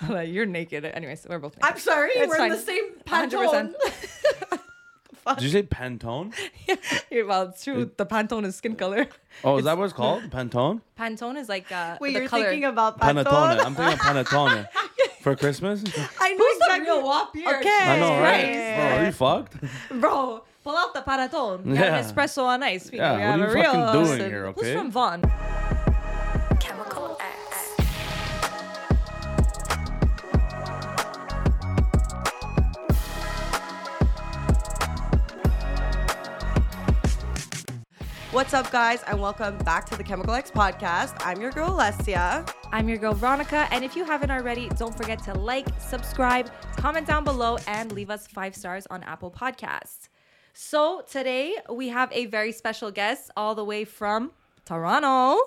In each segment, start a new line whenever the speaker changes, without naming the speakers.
Carla, you're naked. Anyways, we're both naked.
I'm sorry,
It's
we're
fine.
in the same
100%.
pantone.
Did you say Pantone?
Yeah, well, it's true. The Pantone is skin color.
Oh, is that what it's called? Pantone?
Pantone is like uh,
Wait,
the
you're
color.
thinking about
Panettone.
pantone?
I'm thinking of panettone for Christmas.
I know
Who's the
exactly
real wop here?
Okay,
I know,
Jesus
right?
Christ.
Bro, are you fucked?
bro. Pull out the paratone.
We got an
Yeah.
espresso on ice. We
Yeah,
we
what
have
are
a
you
real
fucking doing
person.
here,
Who's
okay?
from Vaughn?
Chemical X.
What's up, guys, and welcome back to the Chemical X podcast. I'm your girl, Alessia.
I'm your girl Veronica, and if you haven't already, don't forget to like, subscribe, comment down below, and leave us five stars on Apple Podcasts. So today we have a very special guest, all the way from Toronto.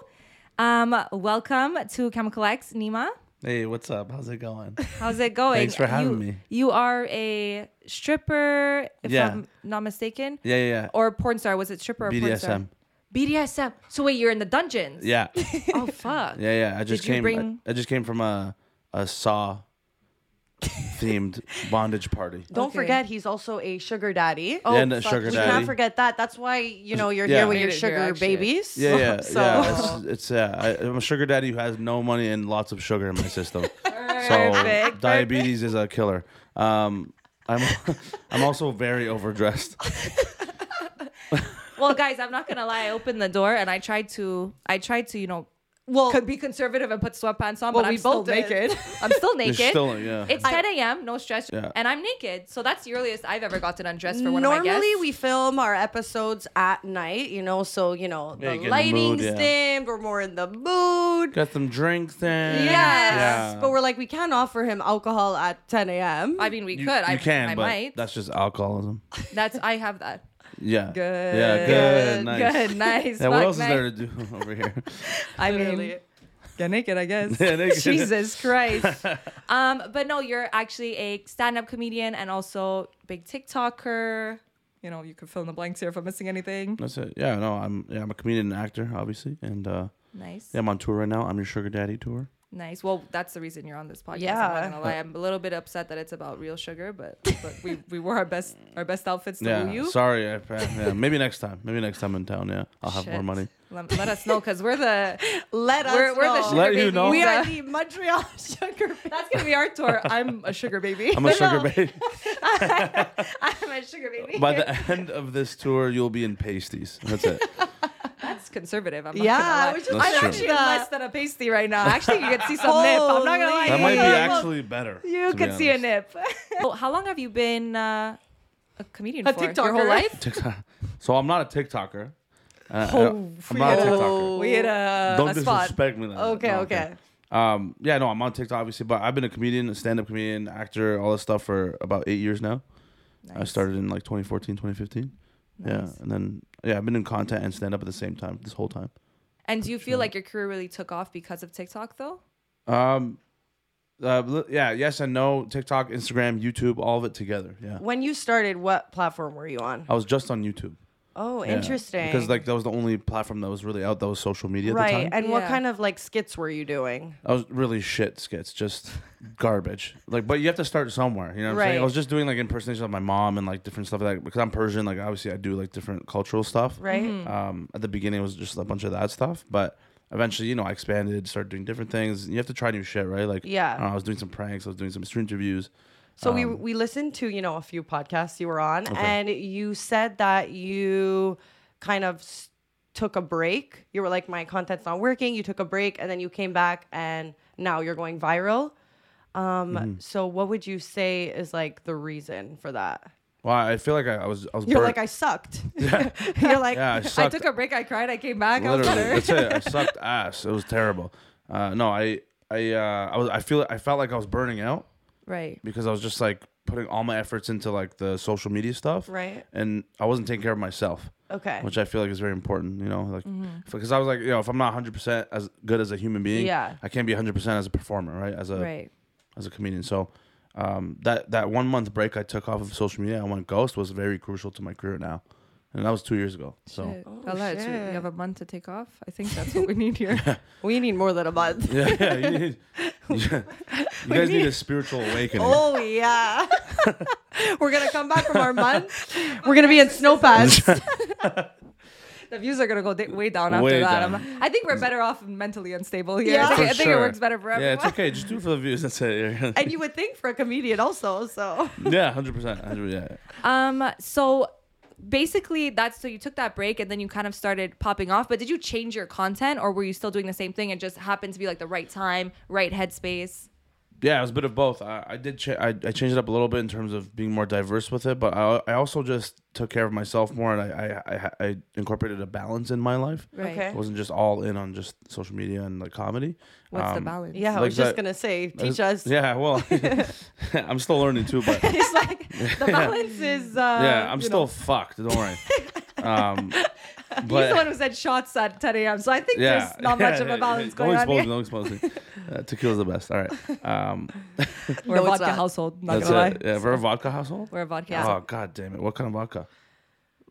Um, welcome to Chemical X, Nima.
Hey, what's up? How's it going?
How's it going?
Thanks for having
You-
me.
You are a stripper, if
Yeah.
I'm not mistaken.
Yeah, yeah, yeah.
Or porn star? Was it stripper or porn star?
BDSM.
BDSM. So wait, you're in the dungeons.
Yeah,
Oh fuck.
yeah, yeah. I just
Did you
came.
bring-
I, I just came from a a saw themed bondage party.
Don't
Okay.
forget, he's also a sugar daddy.
Oh,
and a
fuck,
sugar
we
daddy.
can't forget that. That's why you know you're
Yeah.
here with
Made
your
it here,
sugar
actually.
babies.
Yeah, yeah,
so
yeah. It's, it's yeah. I, I'm a sugar daddy who has no money and lots of sugar in my system. so
Perfect,
diabetes is a killer. Um, I'm I'm also very overdressed.
Well, guys, I'm not gonna lie. I opened the door and I tried to, I tried to, you know,
well,
could be conservative and put sweatpants on,
Well,
but
we
I'm still
both did.
naked. I'm still naked.
still- yeah.
It's 10 a.m. No stress,
Yeah.
and I'm naked. So that's the earliest I've ever gotten undressed for one of my guests.
normally we film our episodes at night. You know, so you know
Yeah,
the
you get in the
lighting's
mood, yeah.
dimmed. We're more in the mood.
Got some drinks in.
Yes,
Yeah.
but we're like we can't offer him alcohol at 10 a.m.
I mean, we
you,
could.
You
I
can,
I
but
might.
that's just alcoholism.
That's I have that.
Yeah.
Good.
Yeah. Good. Nice.
Good. Nice.
Yeah, what
Fuck,
else
nice.
is there to do over here?
I
Literally.
mean, get naked, I guess.
Yeah, naked.
Jesus Christ. um, but no, you're actually a stand-up comedian and also big TikToker. You know, you can fill in the blanks here if I'm missing anything.
That's it. Yeah, no, I'm yeah, I'm a comedian and actor, obviously. And uh
Nice,
yeah, I'm on tour right now. I'm your sugar daddy tour.
nice. Well, that's the reason you're on this podcast. I'm
Yeah.
not gonna lie. I'm a little bit upset that it's about real sugar, but but we, we wore our best our best outfits to
yeah.
woo you.
Sorry. I, yeah, maybe next time. Maybe next time in town, yeah. I'll have more
Shit.
money.
Let, let us know because we're the
Let us
we're, we're the
know.
sugar
Let you
babies.
know.
we are the Montreal sugar.
That's gonna be our tour. I'm a sugar baby.
I'm a sugar
No,
baby.
I'm a sugar baby.
By the end of this tour, you'll be in pasties. That's it.
That's conservative. I'm not
Yeah,
gonna lie.
I was just
I'm
That's true.
actually less than a pasty right now. Actually, you could see some nip. I'm not gonna lie.
That might be
Yeah.
actually better.
you
to be
could see a nip.
honest.
so how long have you been uh, a comedian
A
for? Your whole
TikToker.
life?
TikTok. So I'm not a TikToker. Uh, I
Oh,
don't- I'm not a TikToker.
We hit a,
Don't
a spot.
disrespect me. Like that.
Okay,
No,
okay.
Um, yeah, no, I'm on TikTok obviously, but I've been a comedian, a stand-up comedian, actor, all this stuff for about eight years now. I started in like 2014, 2015.
Nice.
Yeah, and then yeah, I've been in content and stand-up at the same time this whole time.
And do you feel like your career really took off because of TikTok though?
Um, uh, li- yeah, yes and no. TikTok, Instagram, YouTube, all of it together. Yeah,
When you started, what platform were you on?
I was just on YouTube.
Oh,
Yeah.
interesting.
Because like that was the only platform that was really out. That was social media at the
right.
time.
And what
Yeah.
kind of like skits were you doing?
I was really shit skits, just garbage. Like, but you have to start somewhere. You know what I'm saying?
Right.
I was just doing like impersonations of my mom and like different stuff like that because I'm Persian. Like, obviously, I do like different cultural stuff.
Right. Hmm.
Um, at the beginning, it was just a bunch of that stuff, but eventually, you know, I expanded, started doing different things. You have to try new shit, right? Like,
Yeah.
I, don't know, I was doing some pranks. I was doing some street interviews.
So we
Um,
we listened to you know a few podcasts you were on, and you said that you kind of s- took a break. You were like, my content's not working. You took a break, and then you came back, and now you're going viral. Um,
Mm-hmm.
So what would you say is like the reason for that?
Well, I feel like I, I was. I was.
You're
burnt.
like I sucked. you're like
yeah, I
I
sucked.
took a break. I cried. I came back. I was
Literally,
better.
that's it. I sucked ass. It was terrible. Uh, no, I, I, uh, I was. I feel. I felt like I was burning out.
Right.
because I was just like putting all my efforts into like the social media stuff,
Right.
And I wasn't taking care of myself,
Eh.
okay,
which I feel like is very important, you know, like
Mm-hmm.
because I was like, you know, if I'm not 100 percent as good as a human being,
Yeah.
I can't be 100 percent as a performer, right? As a
Right.
as a comedian, so. Um, that that one month break I took off of social media, I went ghost was very crucial to my career now, and that was two years ago. So
Shit.
Oh,
Ella, it's- you
shit.
have a month to take off. I think that's what we need here.
we need more than a month.
yeah, yeah, you need- yeah. You guys need a spiritual awakening.
Oh yeah. We're gonna come back from our month. We're gonna be in snow pads.
The views are gonna go da- way down after
Way
that.
down.
I'm- i think we're better off mentally unstable here.
Yeah.
I, think,
For
I think it
sure.
works better for
yeah,
everyone.
it's okay. Just do it for the views. That's it.
and you would think for a comedian also, so
yeah, hundred percent. Yeah.
Um, so basically, that's so you took that break and then you kind of started popping off. But did you change your content, or were you still doing the same thing? It just happened to be like the right time, right headspace.
Yeah, it was a bit of both. I, I did. Cha- I, I changed it up a little bit in terms of being more diverse with it, but I, I also just took care of myself more, and I, I, I, I incorporated a balance in my life.
Right.
Okay.
I wasn't just all in on just social media and like comedy.
What's the
Um,
balance?
yeah, I
Like
was just
that-
gonna say, teach us.
as- Yeah, well, I'm still learning too, but
It's like the balance is. Uh,
yeah, I'm
you
still
know.
fucked. Don't worry. Um,
He's the one
but
who said shots at 10 a.m. So I think
yeah,
there's not much of a balance
don't
going on
expose
here.
me, Don't expose me. Uh, tequila's the best. All right. Um,
We're a
No, it's
vodka
not.
household. Not
that's
gonna lie.
it. Yeah, we're a vodka household.
We're a vodka.
Oh
household.
god damn it! What kind of vodka?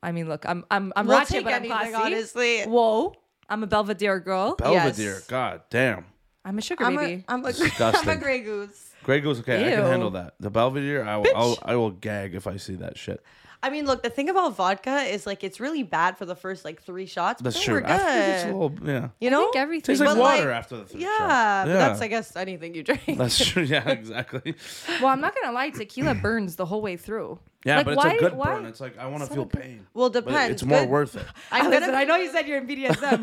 I mean, look, I'm I'm I'm
We'll
ratchet,
take
but I'm
anything,
classy.
honestly.
Whoa, I'm a Belvedere girl.
Belvedere.
Yes.
God damn.
I'm a sugar
I'm a,
baby.
I'm a, I'm a
Disgusting.
gray goose.
Grey Goose. Okay, I can
Ew.
handle that. The Belvedere. I will. I'll, I will gag if I see that shit.
I mean, look, the thing about vodka is like it's really bad for the first like three shots.
Oh,
That's
but
true.
We're
I think it's a
good.
little. Yeah.
you
I
know,
think everything.
Tastes like
But,
water
like,
after the third
yeah,
shot.
but that's I guess anything you drink.
That's true. Yeah, exactly.
well, I'm not gonna lie, tequila burns the whole way through.
Yeah,
Like,
but it's
why,
a good
why?
burn. It's like I want to feel pain.
well,
But
depends.
It's more
Good-
worth it.
I'm
Listen,
gonna
I know you said you're in BDSM,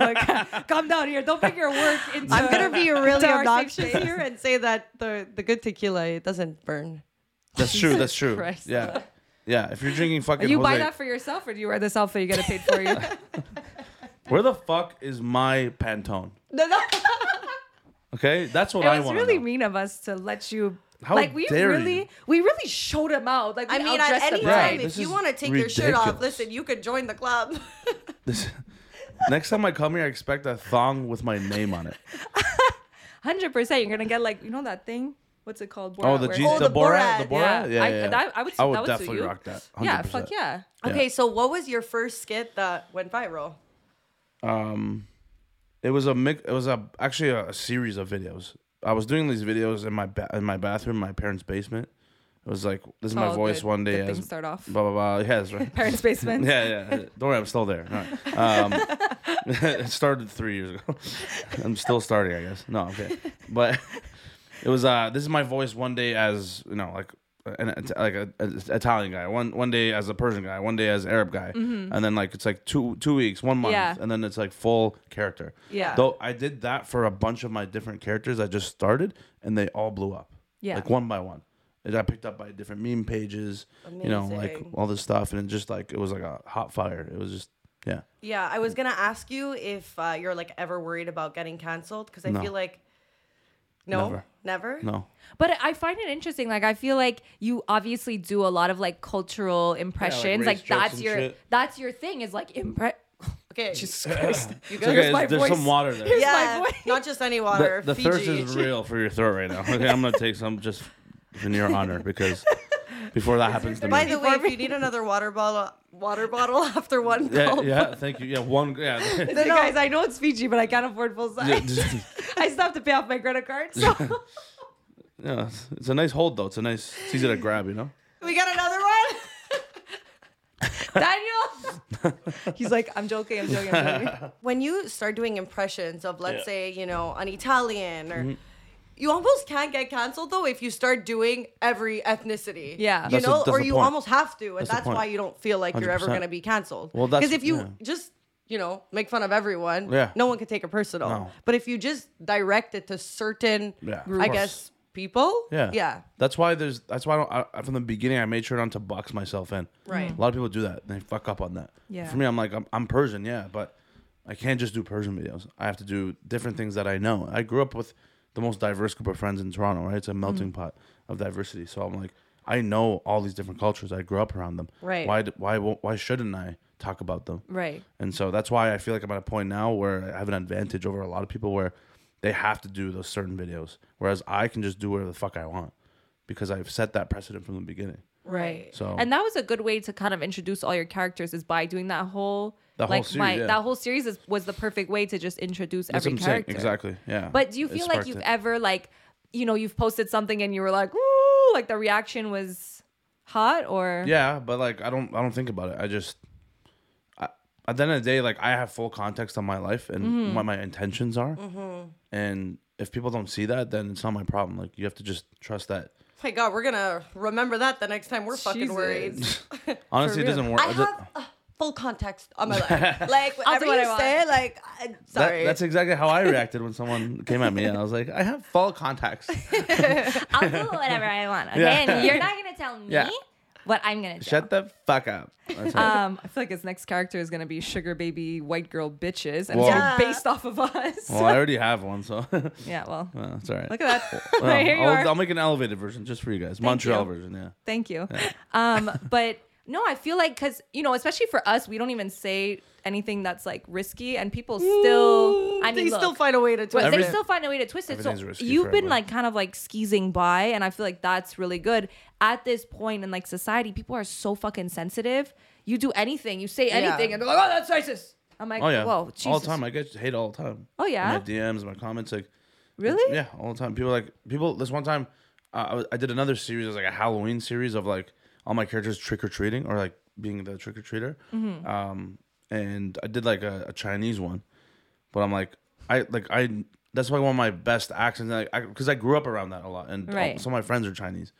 but calm down here. Don't bring your work into.
I'm gonna be really
Dark
obnoxious
sections.
here and say that the the good tequila it doesn't burn.
That's true. That's true.
Christ.
Yeah. Yeah, if you're drinking fucking
You
Jose,
buy that for yourself, or do you wear this outfit? You get it paid for you.
where the fuck is my Pantone?
No, no.
Okay, that's what
it
I
was
want.
really
know.
mean of us to let you.
How
like we
dare
really,
you.
we really showed him out. Like we
I mean, at
outdressed
any
him,
Right,
time,
right?
if
this
you
is
want to take your shirt off,
ridiculous.
listen, you could join the club.
This- next time I come here, I expect a thong with my name on it.
Hundred percent, you're gonna get like you know that thing. What's it called?
Oh,
Borat
the
wears?
jeans,
Oh,
the
the
Borat,
Borat,
the Borat. Yeah,
I-
yeah, yeah.
that- I would-
I would
that would suit
definitely
you.
rock that.
Yeah,
100%.
fuck yeah.
Okay, so what was your first skit that went viral?
um it was a mix it was a actually a, a series of videos i was doing these videos in my ba- in my bathroom in my parents basement it was like this is my
Oh,
voice
good.
one day
Good
as
things start off.
blah blah blah yeah that's right
Parents' basement.
yeah yeah don't worry i'm still there All right. um it started three years ago i'm still starting i guess no okay but it was uh this is my voice one day as you know like an It- like a, a- Italian guy one one day as a Persian guy one day as Arab guy and then like it's like two two weeks one month
Mm-hmm. Yeah.
and then it's like full character
Yeah.
though I did that for a bunch of my different characters I just started and they all blew up
Yeah.
like one by one it got picked up by different meme pages you know like
Amazing.
all this stuff and it just like it was like a hot fire it was just yeah
Yeah, I was gonna ask you if uh, you're like ever worried about getting canceled because I
No.
feel like no,
Never.
never.
no
But I find it interesting. Like I feel like you obviously do a lot of like cultural impressions.
race
like
jokes
that's
and
your
shit.
that's your thing is like impre-
Okay,
you
guys- Here's my
there's
voice.
some water there
yeah,
voice.
not just any
the,
water.
the
Fiji.
thirst is real for your throat right now. Okay, I'm gonna take some just in your honor because before that happens to me.
By the way, if you need another water bottle, water bottle after one
yeah,
gulp.
yeah, thank you. Yeah, one. Yeah,
Hey, guys, I know it's Fiji, but I can't afford full
yeah,
size.
just-
I still have to pay off my credit card. So
yeah, it's- it's a nice hold though. It's a nice, it's easy to grab. You know.
We got another one.
Daniel, he's like, I'm joking, I'm joking, I'm joking.
when you start doing impressions of let's
Yeah. Mm-hmm.
say you know an italian or you almost can't get canceled though if you start doing every ethnicity
Yeah.
you
That's
the-
know
that's
or
the
you
point.
almost have to and
That's the
that's, why
point.
you don't feel like you're ever
100%.
going to be canceled
Well, that's-
because if you
yeah.
just you know make fun of everyone
Yeah.
no one can take it personal
No.
but if you just direct it to certain
Yeah, of
i
course.
guess people
Yeah.
yeah
That's why there's. That's why I don't. I, I- from the beginning, I made sure not to box myself in.
Right.
A lot of people do that. They fuck up on that.
Yeah.
For me, I'm like, I'm, I'm Persian, yeah, but I can't just do Persian videos. I have to do different things that I know. I grew up with the most diverse group of friends in Toronto, right? It's a melting
Mm-hmm.
pot of diversity. So I'm like, I know all these different cultures. I grew up around them.
Right.
Why? d- Why? won't- Why shouldn't I talk about them?
Right.
And so that's why I feel like I'm at a point now where I have an advantage over a lot of people where they have to do those certain videos, whereas I can just do whatever the fuck I want because I've set that precedent from the beginning.
Right.
So-
and that was a good way to kind of introduce all your characters is by doing that whole
That whole
like
series,
my
yeah.
that whole series is, was the perfect way to just introduce every
what I'm saying.
character.
Exactly. Yeah.
But do you
It
feel like
sparked
you've
it.
ever like you know, you've posted something and you were like, ooh, like the reaction was hot or
Yeah, but like I don't I don't think about it. I just I, at the end of the day, like I have full context on my life and
Mm-hmm.
what my intentions are, and if people don't see that, then it's not my problem. Like you have to just trust that.
my God, we're gonna remember that the next time we're fucking worried.
Honestly, it
real.
doesn't work.
I have uh, full context on my life. like whatever
what
you
I want.
say, like i
That-
sorry.
that's exactly how I reacted when someone came at me, and I was like, I have full context.
I'll do whatever I want. Okay,
Yeah.
and you're not gonna tell me
Yeah.
what I'm gonna do.
Shut the fuck up. That's it.
um, I feel like his next character is gonna be sugar baby white girl bitches, and
Whoa.
it's gonna
Yeah.
be based off of us.
well, I already have one, so no,
yeah, well,
it's all right.
look at that.
Well,
Here you are.
I'll, I'll make an elevated version just for you guys. Montreal
you.
version, yeah.
Thank you. Um, but no, I feel like because you know, especially for us, we don't even say anything that's like risky, and people still. I mean,
they still
look,
find a way to twist
But
Every-
they still find a way to twist it. So
everything's risky
you've
for
been
everyone.
like kind of like skeezing by, and I feel like that's really good at this point in like society. People are so fucking sensitive. You do anything, you say anything, and they're like, "Oh, that's racist." I'm like,
Oh yeah,
"Whoa, Jesus!"
all the time. I get hate all the time.
Oh, yeah?
In my DMs, my comments, like
Really?
yeah, all the time. People like people. This one time, uh, I, was, I did another series. It was like a Halloween series of like all my characters trick or treating or like being the trick or treater.
Mm-hmm.
Um, and I did like a, a Chinese one, but I'm like I like I. That's why one of my best accents, like, I because I, grew up around that a lot, and all-
Right.
some of my friends are Chinese,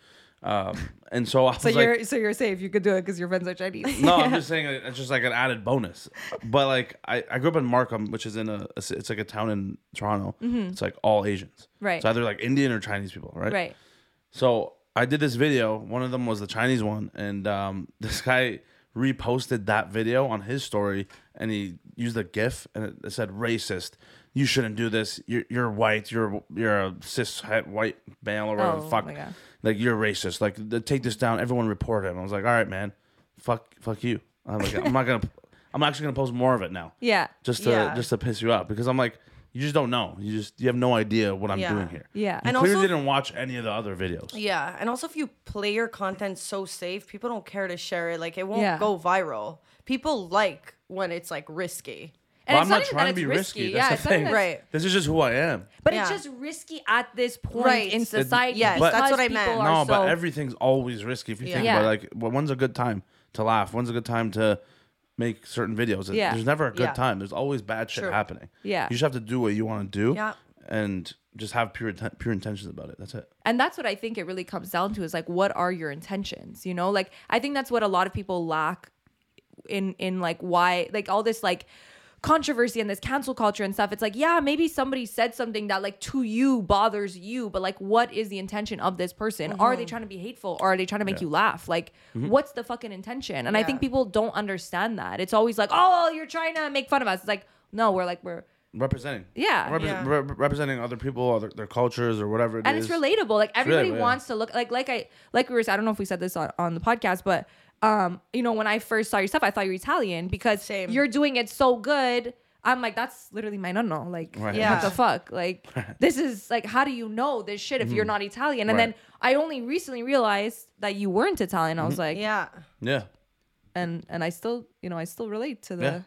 um, and so I was
So
like,
you're so you're safe. You could do it because your friends are Chinese.
no, I'm just saying it- it's just like an added bonus. But like I, I grew up in Markham, which is in a it's it's like a town in Toronto. It's like all Asians.
Right.
So either like Indian or Chinese people, right?
right.
So I did this video. One of them was the Chinese one, and um, this guy reposted that video on his story, and he used a GIF, and it, it said "racist." You shouldn't do this. You're, you're white. You're you're a cis het white male or whatever.
Oh,
the fuck.
my God.
Like you're racist. Like th- take this down. Everyone report him. I was like, all right, man. Fuck fuck you. I'm like, I'm not gonna. I'm actually gonna post more of it now
Yeah.
just to
Yeah.
just to piss you off because I'm like you just don't know. You just you have no idea what I'm
Yeah.
doing here.
Yeah.
you
And
clearly
also-
didn't watch any of the other videos.
Yeah, and also if you play your content so safe, people don't care to share it. Like it won't
Yeah.
go viral. People like when it's like risky.
And
Well,
it's
I'm not
even
trying
that
to be
it's
risky. That's
yeah,
the
it's not even
thing.
that-
Right.
This is just who I am.
But
Yeah.
it's just risky at this point
Right.
in
It-
society.
yes,
because
that's what I
people
meant.
are
No, but
so-
everything's always risky if you think
Yeah.
about it. Like, well, when's a good time to laugh? When's a good time to make certain videos?
Yeah.
There's never a good
Yeah.
time. There's always bad shit
True.
happening.
Yeah.
You just have to do what you want to do
Yeah.
and just have pure, inten- pure intentions about it. That's it.
and that's what I think it really comes down to is like what are your intentions? You know, like I think that's what a lot of people lack in in like why like all this like controversy and this cancel culture and stuff it's like yeah maybe somebody said something that like to you bothers you but like what is the intention of this person are they trying to be hateful or are they trying to make you laugh like what's the fucking intention and i think
Yeah.
people don't understand that it's always like oh you're trying to make fun of us it's like no we're like we're
Representing.
Yeah.
Repres-
Yeah.
re- representing other people, or their, their cultures, or whatever it
and
is.
it's relatable. Like everybody
relatable, yeah.
wants to look like like I like we were. I don't know if we said this on, on the podcast, but um, you know, when I first saw your stuff, I thought you were Italian because
Same.
you're doing it so good. I'm like, that's literally my no Like,
Right.
what
Yeah.
the fuck? Like, this is like, how do you know this shit if you're not Italian? And
Mm-hmm. Right.
then I only recently realized that you weren't Italian. I
Mm-hmm.
was like,
Yeah.
Yeah.
and and I still, you know, I still relate to the.
Yeah.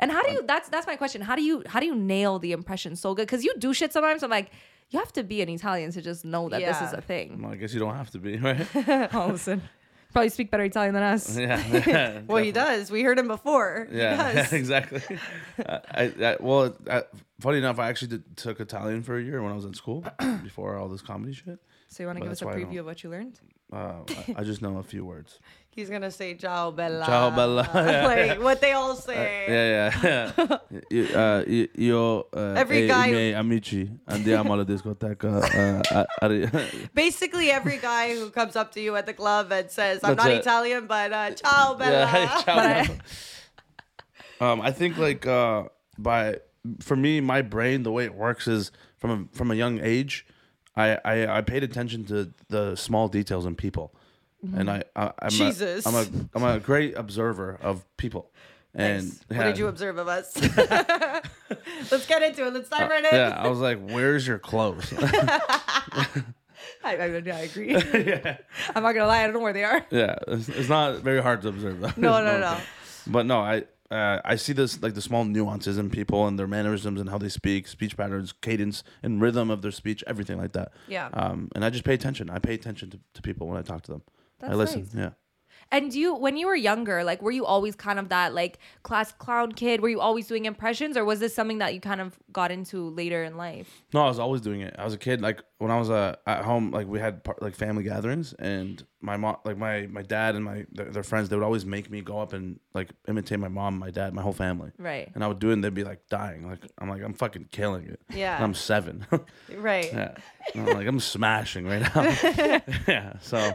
And how do you? That's that's my question. How do you how do you nail the impression so good? Because you do shit sometimes. I'm like, you have to be an Italian to just know that this
Yeah.
is a thing.
Well, I guess you don't have to be, right?
Oh, listen, probably speak better Italian than us.
yeah.
Well, he does. We heard him before.
Yeah,
He does.
exactly. Uh, I, I well, I, funny enough, I actually did, took Italian for a year when I was in school before all this comedy shit.
So you want to
But
give us a
that's why I
preview
don't-
of what you learned?
Uh, I, I just know a few words.
He's gonna say ciao bella.
Ciao, bella. Uh,
like what they all say.
Yeah, yeah. You- uh, you- Io uh,
Every
e
guy-
i miei amici andiamo alla discoteca. uh, a- a-
Basically, every guy who comes up to you at the club and says, "I'm
That's
not
it.
Italian, but uh, ciao bella."
yeah, ciao, bella. uh, um, I think like uh, by for me, my brain, the way it works is from a, from a young age, I, I I paid attention to the small details in people, and I, I I'm
Mm-hmm. Jesus.
A, I'm a I'm a great observer of people, and
What
yeah.
did you observe of us? Let's get into it. Let's dive right in.
Yeah, I was like, "Where's your clothes?"
I, I, I agree. I'm not gonna lie, I don't know where they are.
yeah, it's, it's not very hard to observe that.
No, no, no.
But no, I uh, I see this like the small nuances in people and their mannerisms and how they speak, speech patterns, cadence, and rhythm of their speech, everything like that.
Yeah.
Um, and I just pay attention. I pay attention to, to people when I talk to them. I
That's
listen.
nice.
Yeah.
And do you, when you were younger, like, were you always kind of that like class clown kid? Were you always doing impressions, or was this something that you kind of got into later in life?
No, I was always doing it. I was a kid. Like when I was uh, at home, like we had par- like family gatherings, and my mom, like my my dad and my their, their friends, they would always make me go up and like imitate my mom, my dad, my whole family.
Right.
And I would do it, and they'd be like dying. Like I'm like I'm fucking killing it.
Yeah.
And I'm seven.
Right.
yeah. And I'm like I'm smashing right now. yeah. So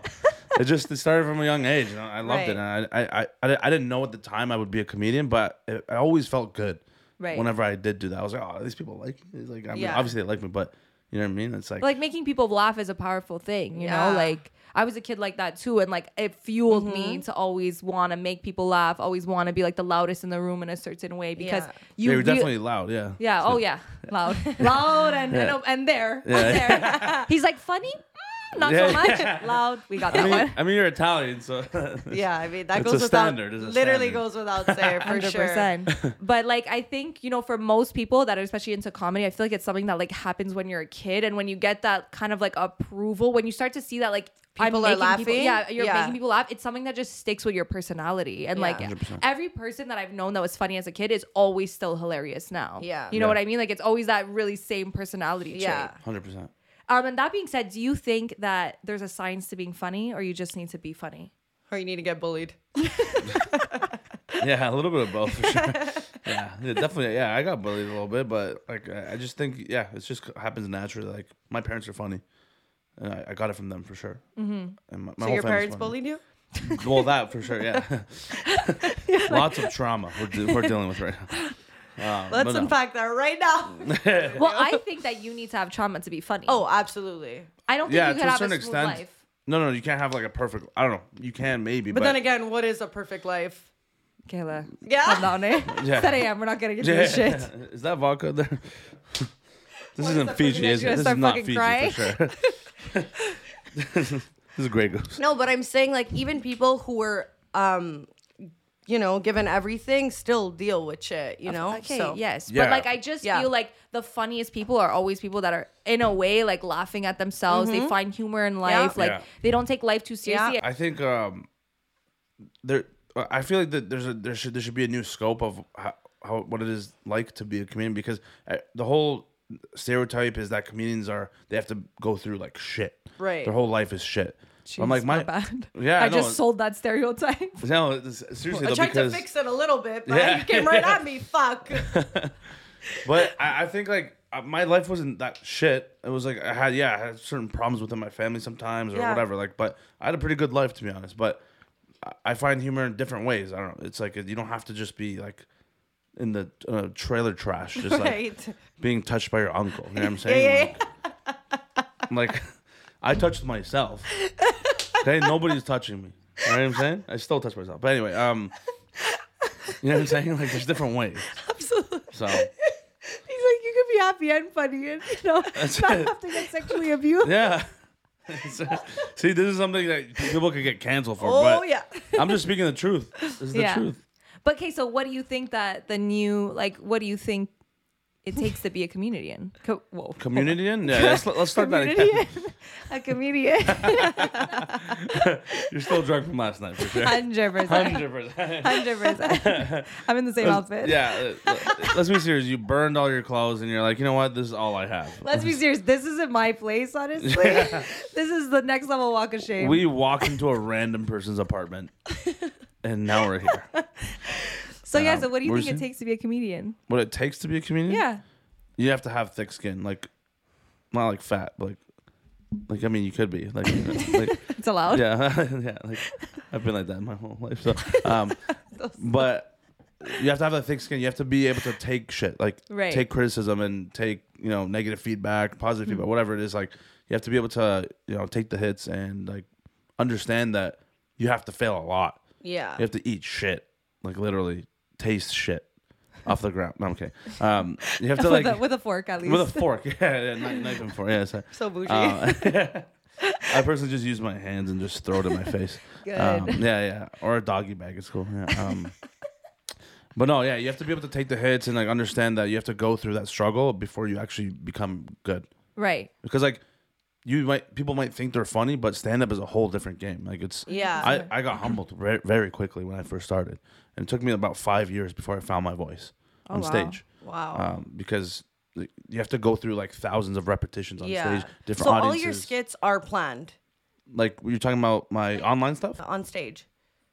it just it started from a young age, and I I loved it. And I I, I I di- I didn't know at the time I would be a comedian, but it, I always felt good.
Right.
Whenever I did do that, I was like, oh, these people like me. It's like I mean,
Yeah.
obviously they like me, but you know what I mean? It's like,
Like making people laugh is a powerful thing, you
Yeah.
know? Like I was a kid like that too and like it fueled
Mm-hmm.
me to always want to make people laugh, always want to be like the loudest in the room in a certain way because
Yeah.
you
they were
rea-
definitely loud. Yeah.
Yeah, oh yeah. Loud. loud and and, and there. there. He's like funny? Mm, not
Yeah,
so much. Loud. We got that
I mean,
one.
I mean, you're Italian, so
Yeah, I mean that
It's
goes
a
without
standard, it's a
literally
standard.
goes without saying for sure.
100%. but like I think, you know, for most people that are especially into comedy, I feel like it's something that like happens when you're a kid and when you get that kind of like approval, when you start to see that like
People are
making People,
laughing?
yeah, you're
Yeah.
making people laugh. It's something that just sticks with your personality. And
Yeah.
like
100%.
every person that I've known that was funny as a kid is always still hilarious now.
Yeah.
You know
Yeah.
what I mean? Like it's always that really same personality
Yeah.
trait.
hundred percent.
Um and that being said, do you think that there's a science to being funny or you just need to be funny?
Or you need to get bullied.
Yeah, a little bit of both. For sure. yeah, yeah, definitely. Yeah, I got bullied a little bit, but like, I I just think, yeah, it just happens naturally. Like, my parents are funny, and I, I got it from them for sure. Mm-hmm. And my,
So
my whole
your parents
family's funny.
bullied you?
Well, that for sure. Yeah, lots of trauma we're, de- we're dealing with right now. Um,
Let's
but no.
unpack that right now.
Well, I think that you need to have trauma to be funny.
oh, absolutely.
I don't think
Yeah,
you could
to a
have a
certain
smooth
extent.
life.
No, no, you can't have like a perfect. I don't know. You can maybe,
But,
but,
then again, what is a perfect life?
Kayla,
Yeah.
calm down, eh?
Yeah.
10 a.m. We're not getting into this
Yeah.
shit.
Is that vodka there? this
is
isn't
that fucking
Fiji,
guy
is
gonna
it? This
start
is not
fucking
Fiji
crying?
for sure. this is Grey Goose.
No, but I'm saying like even people who were um you know, given everything still deal with shit, you know?
Okay,
So-
yes,
Yeah.
but like I just
Yeah.
feel like the funniest people are always people that are in a way like laughing at themselves. They find humor in life. Like
Yeah.
they don't take life too seriously.
I think um, there. uh, I feel like that there's a there should there should be a new scope of how, how what it is like to be a comedian because uh, the whole stereotype is that comedians are they have to go through like shit.
Right.
Their whole life is shit. I'm
Jeez,
like my
not bad.
Yeah,
I,
I know.
just sold that stereotype.
No, it's- seriously
I
though
tried
because
to fix it a little bit, but
Yeah.
you came right at me. Fuck.
But I, I think like uh, my life wasn't that shit. It was like I had yeah, I had certain problems within my family sometimes or
Yeah.
whatever. Like, but I had a pretty good life to be honest. But I- I find humor in different ways. I don't know. It's like you don't have to just be like in the uh, trailer trash, just like
right.
being touched by your uncle. You know what I'm saying?
yeah,
Like, like, I touched myself. Okay, nobody's touching me. You know what I'm saying? I still touch myself. But anyway, um, you know what I'm saying? Like, there's different ways.
Absolutely.
So
He's like, you could be happy and funny, and you know,
not it.
have to get sexually abused.
Yeah. See, this is something that people could get canceled for.
Oh
but
yeah.
I'm just speaking the truth. This is the
Yeah.
truth.
But okay, so what do you think that the new like? What do you think it takes to be a comedian? Co- whoa,
Community in? Yeah, let's, let's start that again.
a comedian,
You're still drunk from last night for sure.
hundred percent,
100%.
hundred percent. I'm in the same outfit.
Yeah, uh, let's be serious. You burned all your clothes and you're like, you know what? This is all I have.
Let's be serious. This isn't my place, honestly. This is the next level walk of shame.
We walked into a random person's apartment and now we're here.
so yeah.
Um,
So what do you
we're
think it
seeing-
takes to be a comedian?
What it takes to be a comedian?
Yeah.
You have to have thick skin. Like, not like fat, but like, like I mean, you could be. Like, you know, like
It's allowed.
yeah, yeah. Like I've been like that my whole life. So, um, but you have to have that thick skin. You have to be able to take shit, like
Right.
take criticism and take you know negative feedback, positive feedback, whatever it is. Like you have to be able to you know take the hits and like understand that you have to fail a lot.
Yeah.
You have to eat shit, like literally taste shit off the ground. No, I'm kidding. Um, you have to like
with, a, with a fork, at least.
with a fork. Yeah, yeah knife, knife and fork. Yeah, sorry.
So bougie.
Uh, I personally just use my hands and just throw it in my face.
Good.
Um, yeah, yeah. Or a doggy bag. It's cool. Yeah. Um, But no, yeah, you have to be able to take the hits and like understand that you have to go through that struggle before you actually become good.
Right.
Because like you might people might think they're funny, but stand up is a whole different game. Like it's
Yeah.
I, I got humbled very, very quickly when I first started, and it took me about five years before I found my voice on
Oh, wow.
stage.
Wow.
Um, because like, you have to go through like thousands of repetitions on
yeah.
stage, different
so
audiences.
all your skits are planned
like you're talking about my online stuff.
on stage.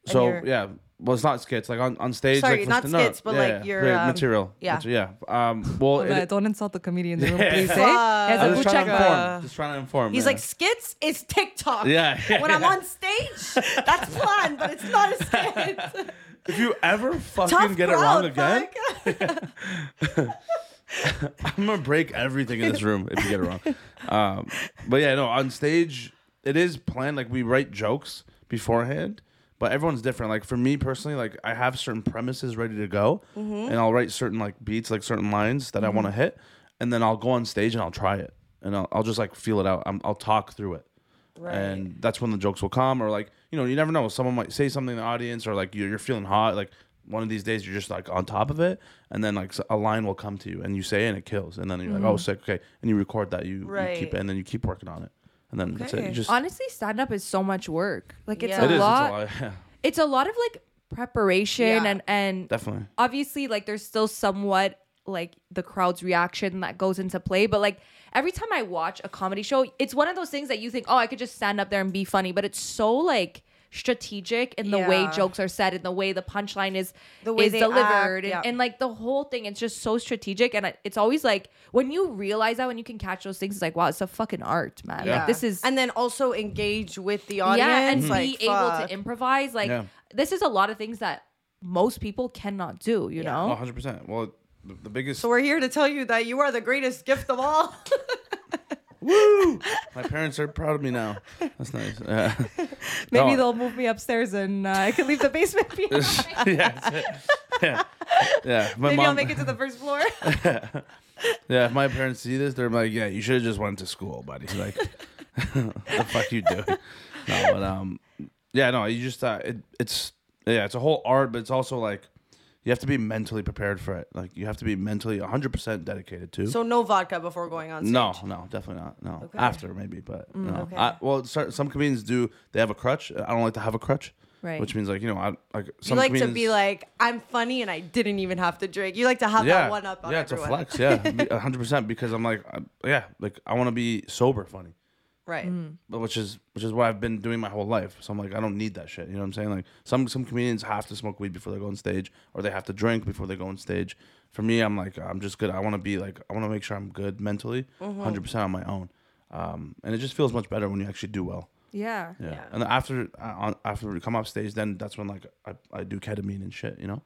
And
So
you're-
yeah, well, it's not skits. Like on, on stage,
Sorry,
like, for
not
stand-up.
skits, but,
Yeah,
like,
yeah,
your,
great
um,
material.
yeah.
Mater- yeah. Um, well, it,
don't insult the comedians. in the room,
Yeah.
please, eh?
Fuck.
Yes,
I
a
was
good
trying to
check.
inform. Just trying to inform.
He's
yeah.
like skits is TikTok.
Yeah, yeah,
when I'm
yeah.
on stage, that's planned, but it's not a skit.
if you ever
Tough
fucking get it
crowd,
wrong again,
fuck.
I'm gonna break everything in this room if you get it wrong. Um, but yeah, no, on stage it is planned. Like we write jokes beforehand, but everyone's different. Like for me personally, like I have certain premises ready to go, and I'll write certain like beats, like certain lines that I want to hit, and then I'll go on stage and I'll try it, and I'll, I'll just like feel it out. I'm, I'll talk through it. And that's when the jokes will come, or like you know, you never know. Someone might say something in the audience, or like you're, you're feeling hot. Like one of these days, you're just like on top of it, and then like a line will come to you, and you say, it and it kills, and then you're like, oh, sick, okay, and you record that, you, you keep
Right.
it, and then you keep working on it, and then that's it. You
Okay.
just
Honestly, stand up is so much work. Like it's
Yeah.
a
it is.
lot.
It's a lot. Yeah,
It's a lot of like preparation
Yeah.
and and
definitely.
obviously like there's still somewhat like the crowd's reaction that goes into play but like every time i watch a comedy show it's one of those things that you think oh i could just stand up there and be funny but it's so like strategic in the way
Yeah.
jokes are said and the way the punchline is
The way
is
they
delivered and,
act, yeah.
and, like the whole thing it's just so strategic and I- it's always like when you realize that when you can catch those things it's like wow it's a fucking art man
Yeah.
like this is
and then also engage with the audience.
yeah, and
like,
be able
fuck.
to improvise. Like
Yeah.
this is a lot of things that most people cannot do. You
Oh,
know,
100 percent. Well, the, the biggest.
So we're here to tell you that you are the greatest gift of all.
my parents are proud of me now. That's nice. Yeah.
maybe
No.
they'll move me upstairs and uh, I can leave the basement behind.
yeah, that's it. yeah, yeah. My
Maybe
mom.
I'll make it to the first floor.
Yeah, if my parents see this, they're like, "Yeah, you should have just went to school, buddy." Like, the fuck you doing? No, but um, yeah, no, you just uh, it, it's yeah, it's a whole art, but it's also like you have to be mentally prepared for it. Like, you have to be mentally 100 percent dedicated to.
so no vodka before going on stage. Mm,
no, no, definitely not. No, after maybe, but no.
okay.
I, well, cer- some comedians do. They have a crutch. I don't like to have a crutch,
Right.
Which means like you know, I like
You
some
like to
comedians,
be like, I'm funny and I didn't even have to drink. You like to have that one up on
yeah,
everyone.
it's a flex. Yeah, hundred percent. Because I'm like, I, yeah, like I want to be sober funny,
Right.
but which is which is what I've been doing my whole life. So I'm like, I don't need that shit. You know what I'm saying? Like some some comedians have to smoke weed before they go on stage, or they have to drink before they go on stage. For me, I'm like, I'm just good. I want to be like, I want to make sure I'm good mentally,
Mm-hmm.
100 percent on my own. Um, and it just feels much better when you actually do well.
yeah.
Yeah. And after uh, on, after we come off stage, then that's when like I, I do ketamine and shit, you know.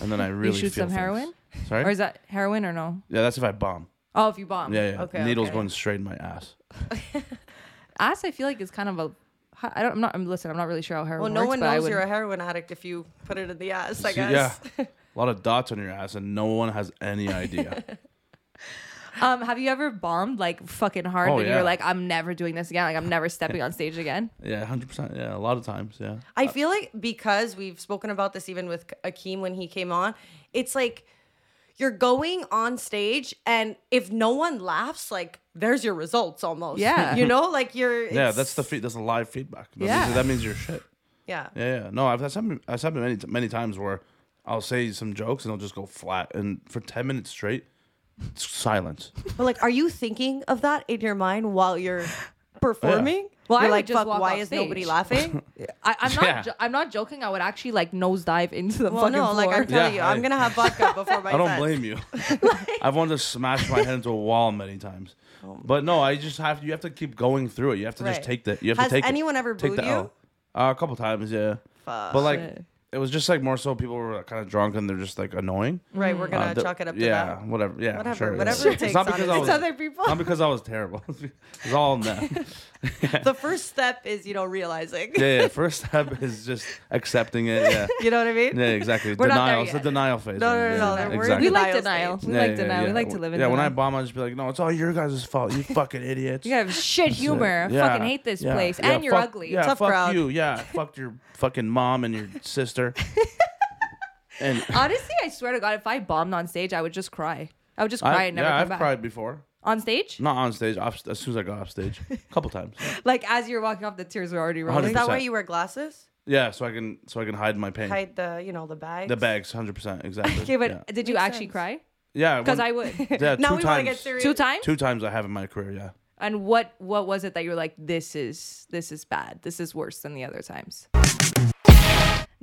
And then I really
shoot
feel
some
things.
heroin?
Sorry.
Or is that heroin or no?
Yeah, that's if I bomb.
Oh, if you bomb.
Yeah, yeah.
Okay,
Needles
okay.
going straight in my ass.
Ass, I feel like is kind of a. I don't. I'm not. I'm listen. I'm not really sure how heroin
Well,
works.
no one
but I
knows
would-
you're a heroin addict if you put it in the ass, I
See,
guess.
Yeah. A lot of dots on your ass, and no one has any idea.
Um, have you ever bombed like fucking hard
Oh,
and
yeah.
you're like, I'm never doing this again. Like I'm never stepping on stage again.
yeah, hundred percent. Yeah, a lot of times. Yeah.
I feel like because we've spoken about this even with Akeem when he came on, it's like you're going on stage and if no one laughs, like there's your results almost.
Yeah.
You know, like you're
yeah,
it's-
that's the feed. That's a live feedback. That
Yeah.
means, that means you're shit.
Yeah.
Yeah, yeah. No, I've that's happened. That's happened many many times where I'll say some jokes and they'll just go flat, and for ten minutes straight, it's silence.
But like are you thinking of that in your mind while you're performing?
Well, I
You're
would
like,
just
fuck,
walk
why
off
is nobody
stage.
laughing?
I, I'm not.
Yeah.
Jo- I'm not joking. I would actually like nosedive into the
well,
fucking
no,
floor.
like I'm telling
Yeah,
you, I'm
I-
gonna have vodka before my
I don't
set.
blame you. I've wanted to smash my head into a wall many times, but no, I just have. You have to keep going through it. You have to
Oh Right.
just take that. You have
Has
to take. it.
anyone ever
take
booed
the
you?
L. Uh, a couple times, yeah.
Fuck.
But like,
Shit.
it was just like more so people were kind of drunk and they're just like annoying.
Right, we're gonna
Uh, the-
chalk it up to
yeah,
that.
whatever. Yeah,
Whatever-
sure, yeah.
whatever it
It's
takes,
not because I
honestly.
was,
It's other people.
Not because I was terrible. it's all in that.
The first step is, you know, realizing.
yeah, yeah. First step is just accepting it. Yeah.
You know what I mean?
Yeah, exactly.
We're not there
denial. It's the
yet.
denial phase.
No, no, no,
Yeah,
no, no, we're in
we
exactly.
like
Denial
denial.
stage.
We
Yeah,
like
yeah,
denial.
yeah.
We like to live in
Yeah,
denial.
when I bomb, I just be like, "No, it's all your guys' fault. You fucking idiots."
You have shit humor. I
Yeah.
fucking hate this
Yeah.
place.
Yeah,
and you're
fuck-
ugly.
Yeah,
Tough
fuck
crowd.
you. Yeah, fuck your fucking mom and your sister. And
Honestly, I swear to God, if I bombed on stage, I would just cry. I would just cry
I,
and never
yeah,
come
I've
back.
cried before.
On stage?
Not on stage. Off, as soon as I got off stage, a couple times.
Like as you're walking off, the tears were already rolling.
Is that why you wear glasses?
Yeah, so I can so I can hide my pain.
Hide the, you know, the bags.
The bags, hundred percent, exactly.
Okay, but
yeah,
did you
Makes
actually
sense.
cry?
yeah.
Because
one-
I would.
Yeah,
Now
two
we want to
times.
get serious.
Two times.
Two times I have in my career. Yeah.
And what what was it that you were like, this is this is bad. This is worse than the other times.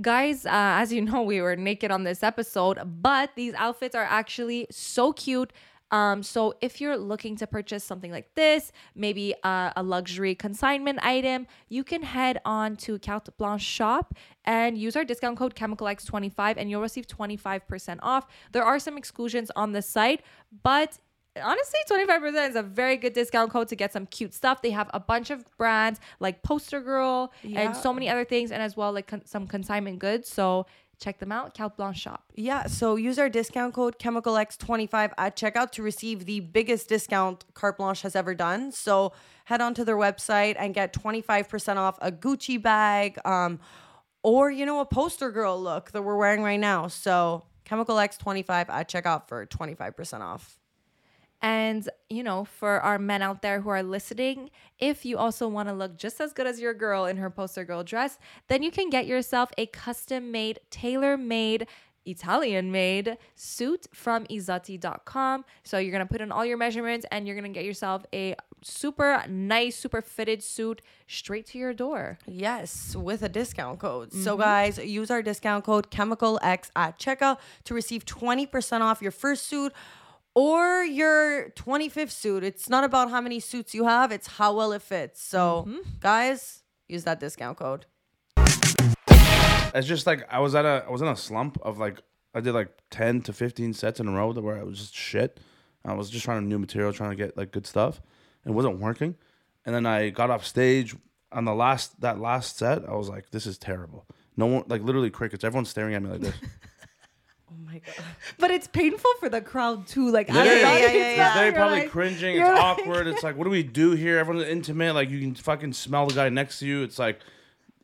Guys, uh, as you know, we were naked on this episode, but these outfits are actually so cute. Um, so if you're looking to purchase something like this, maybe uh, a luxury consignment item, you can head on to Carte Blanche shop and use our discount code ChemicalX25 and you'll receive 25% off. There are some exclusions on the site, but honestly 25% is a very good discount code to get some cute stuff they have a bunch of brands like poster girl
Yeah.
and so many other things and as well like con- some consignment goods so check them out Carte Blanche shop
Yeah, so use our discount code ChemicalX25 at checkout to receive the biggest discount Carte Blanche has ever done. So head on to their website and get 25% off a Gucci bag um, or, you know, a poster girl look that we're wearing right now. So ChemicalX25 at checkout for 25% off.
and you know for our men out there who are listening if you also want to look just as good as your girl in her poster girl dress then you can get yourself a custom made tailor made Italian made suit from izati.com. So you're going to put in all your measurements and you're going to get yourself a super nice, super fitted suit straight to your door.
Yes, with a discount code.
Mm-hmm.
So, guys, use our discount code ChemicalX at checkout to receive 20% off your first suit or your 25th suit. It's not about how many suits you have, it's how well it fits. So,
Mm-hmm.
guys, use that discount code.
It's just like I was at a I was in a slump of like I did like ten to fifteen sets in a row that where I was just shit. I was just trying new material, trying to get like good stuff. It wasn't working. And then I got off stage on the last that last set. I was like, this is terrible. No one like literally crickets. Everyone's staring at me like this.
Oh my God.
But it's painful for the crowd too. Like,
Yeah,
yeah,
know,
yeah,
it's
yeah,
not-
yeah.
They're
you're
probably
like-
cringing.
you're
It's
like-
awkward. It's like, what do we do here? Everyone's intimate. Like you can fucking smell the guy next to you. It's like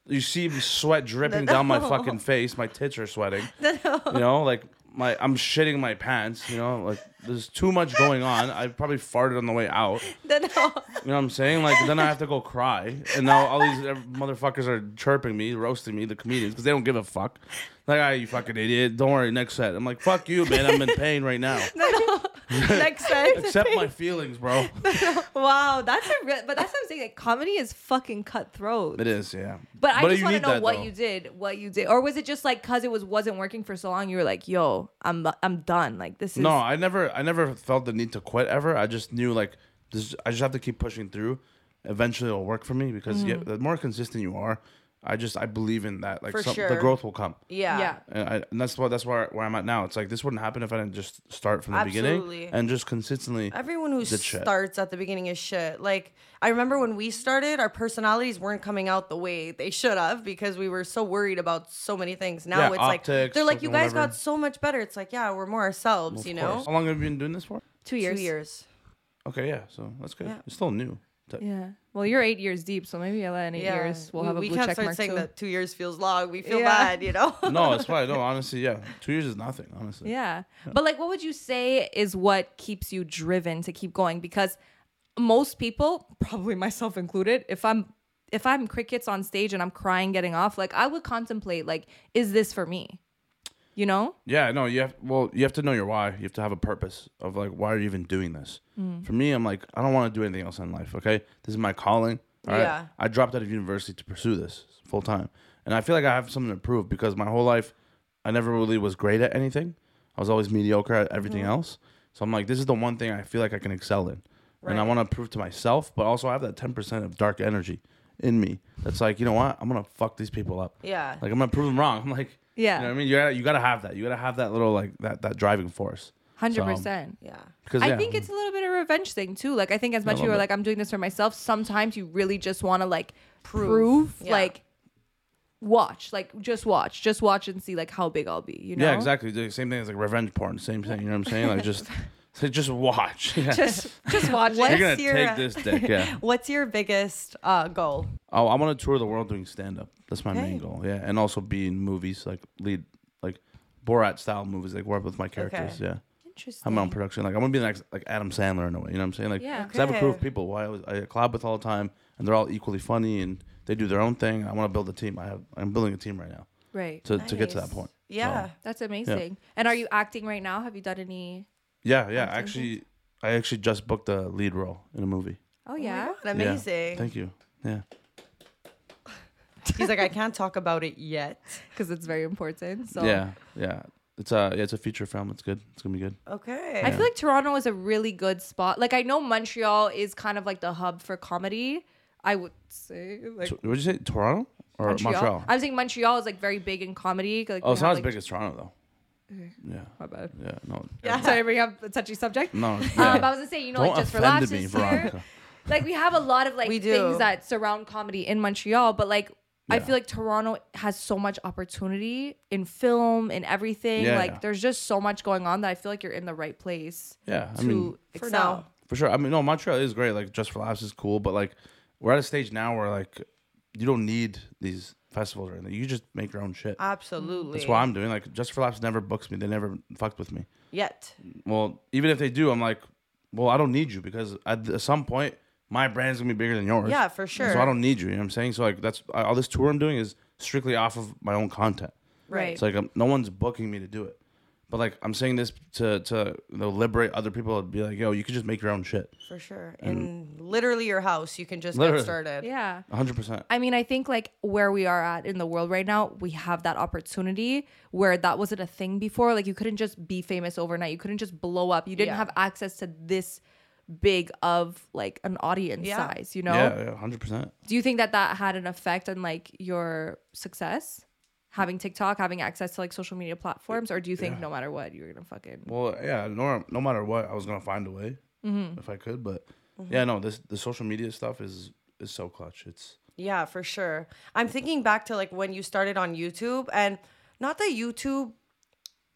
you see sweat dripping down my fucking face. My tits are sweating. You know, like my I'm shitting my pants. You know, like there's too much going on. I probably farted on the way out. You know what I'm saying? Like then I have to go cry, and now all these ev- motherfuckers are chirping me, roasting me, the comedians, because they don't give a fuck. Like, ah, you fucking idiot. Don't worry, next set. I'm like, fuck you, man. I'm in pain right now.
Next set.
Accept my feelings, bro.
Wow, that's a re- but that's what I'm saying. Like, comedy is fucking cutthroat.
It is, yeah.
But I just
you
want to
need
know
that,
what
though.
you did, what you did, or was it just like because it was wasn't working for so long? You were like, "Yo, I'm I'm done. Like this is
No, I never, I never felt the need to quit ever. I just knew like this. I just have to keep pushing through. Eventually, it'll work for me because
Mm.
yeah, the more consistent you are, I just I believe in that. Like
For
some, the
sure.
growth will come.
Yeah.
yeah."
And, I, and that's why that's where where I'm at now. It's like this wouldn't happen if I didn't just start from the
Absolutely.
beginning and just consistently.
Everyone who
did shit.
starts at the beginning is shit. Like I remember when we started, our personalities weren't coming out the way they should have because we were so worried about so many things. Now
Yeah,
it's like
optics,
they're like, you
fucking
guys
whatever."
got so much better. It's like, yeah, we're more ourselves,
Of
you
course.
know.
How long have you been doing this for?
Two years.
Two years.
Okay, yeah. So that's good.
Yeah.
It's still new.
Yeah. Well, you're eight years deep, so maybe Ella in eight
Yeah.
years we'll
we,
have a
we
blue
can't
check
start
mark
saying
too.
that two years feels long. We feel
Yeah.
bad, you know.
No, that's why. No, honestly, yeah. Two years is nothing. Honestly.
Yeah. But like what would you say is what keeps you driven to keep going because most people, probably myself included, if I'm if I'm crickets on stage and I'm crying getting off, like I would contemplate like is this for me? You know?
Yeah, no, you have well, you have to know your why. You have to have a purpose of like why are you even doing this?
Mm.
For me, I'm like, I don't want to do anything else in life, okay? This is my calling. All right.
Yeah.
I dropped out of university to pursue this full time. And I feel like I have something to prove because my whole life I never really was great at anything. I was always mediocre at everything
Mm-hmm.
else. So I'm like, this is the one thing I feel like I can excel in. And I
Right.
want to prove to myself, but also I have that 10% of dark energy in me. That's like, you know what? I'm going to fuck these people up.
Yeah.
Like I'm gonna prove them wrong. I'm like,
Yeah.
You know what I mean? You gotta you gotta have that. You gotta have that little like that that driving force.
100%.
yeah.
Because
I
yeah,
think it's a little bit of a revenge thing too. Like I think as much you were
little bit.
like I'm doing this for myself, sometimes you really just want to like prove,
Yeah.
like watch, like just watch, just watch and see like how big I'll be, you know?
yeah, exactly. The same thing as like revenge porn. Same thing. You know what I'm saying? Like just so just watch. Yeah.
Just uh, just watch
What?
it.
You're
Yes,
gonna
you're
take
right.
this dick. Yeah.
What's your biggest uh, goal?
oh, I want to tour the world doing stand up. That's my main
Hey.
goal. Yeah, and also be in movies like lead like Borat style movies, like work with my characters.
Okay.
Yeah,
Interesting.
I'm on production. Like I want to be the next like Adam Sandler in a way. You know what I'm saying? Like,
Yeah.
'cause I have a crew of
Okay.
people who I, always, I collab with all the time, and they're all equally funny and they do their own thing. I want to build a team. I have I'm building a team right now
Right.
to, to get to that
Nice.
point. So,
Yeah.
That's amazing. And are you acting right now? Have you done any?
yeah, yeah. Actually, I actually just booked a lead role in a movie.
Oh
Oh my
yeah.
God,
Yeah.
amazing.
Thank you. Yeah.
He's like, I can't talk about it yet.
Because it's very important. So
Yeah. Yeah. It's a yeah, it's a feature film. It's good. It's gonna be good.
Okay.
I feel like Toronto is a really good spot. Like I know Montreal is kind of like the hub for comedy. I would say like
T- what did you say? Toronto or
Montreal.
Montreal?
I was thinking Montreal is like very big in comedy. Like
oh,
they
it's
have,
not as
like-
big as Toronto though. Yeah.
My bad.
Yeah. No.
Sorry to bring up a touchy subject.
No.
Um,
yeah.
but I was gonna say, you know,
Don't
like just for
offend
laughs
me,
this year,
Veronica.
like we have a lot of like
We
things
do.
that surround comedy in Montreal, but like I
Yeah.
feel like Toronto has so much opportunity in film and everything.
Yeah,
like
yeah.
there's just so much going on that I feel like you're in the right place
Yeah. I
to
mean,
for
excel.
now.
for sure. I mean, no, Montreal is great. Like, Just for Laughs is cool, but like, we're at a stage now where like, you don't need these festivals or anything. You just make your own shit.
Absolutely.
That's what I'm doing. Like, Just for Laughs never books me. They never fucked with me.
Yet.
Well, even if they do, I'm like, well, I don't need you because at, at some point my brand's gonna be bigger than yours.
Yeah, for sure.
So I don't need you. You know what I'm saying? So like, that's I- all this tour I'm doing is strictly off of my own content.
Right.
It's like i no one's booking me to do it. But like I'm saying this to to you know, liberate other people and be like, yo, you can just make your own shit.
For sure. In literally your house, you can just
Literally.
get started.
Yeah.
100. percent
I mean, I think like where we are at in the world right now, we have that opportunity where that wasn't a thing before. Like you couldn't just be famous overnight. You couldn't just blow up. You didn't
Yeah.
have access to this big of like an audience
Yeah.
size, you know?
Yeah, yeah, 100. percent
Do you think that that had an effect on like your success? Having TikTok, having access to like social media platforms, or do you think no matter what, you're gonna fucking
Well, yeah, no, no matter what, I was gonna find a way
Mm-hmm.
if I could. But yeah, no, this the social media stuff is is so clutch. It's
Yeah, for sure. I'm thinking back to like when you started on YouTube and not that YouTube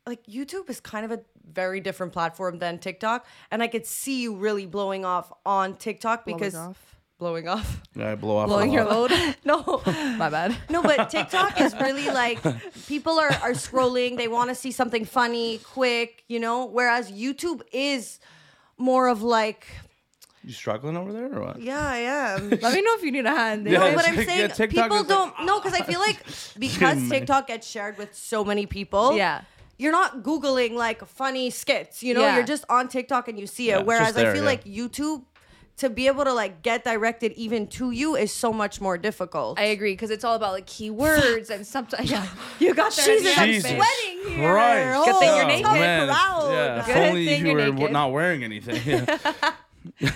like YouTube is kind of a very different platform than TikTok and I could see you really blowing off on TikTok
blowing
because
off?
blowing off
yeah, I blow off. a
Blowing your
lot.
load?
no.
My bad.
No, but TikTok is really like people are, are scrolling, they want to see something funny, quick, you know? Whereas YouTube is more of like,
You struggling over there or what?
yeah, I am.
Let me know if you need a hand.
Yeah.
No,
it's
but I'm
like, yeah,
saying
TikTok
people
is like, "Ah,
don't no because I feel like because
man.
TikTok gets shared with so many people.
Yeah.
You're not googling like funny skits, you know.
Yeah.
You're just on TikTok and you see
Yeah,
it.
it's
Whereas
just there,
I feel
yeah.
like YouTube, to be able to like get directed even to you is so much more difficult.
I agree because it's all about like keywords and sometimes yeah. You got there. at the
Jesus,
end,
I'm
babe.
sweating. here.
Christ.
Good
thing you're
Oh,
naked.
man.
Proud.
Yeah, if
Good
only
thing
you
you're
were
naked.
not wearing anything. Yeah.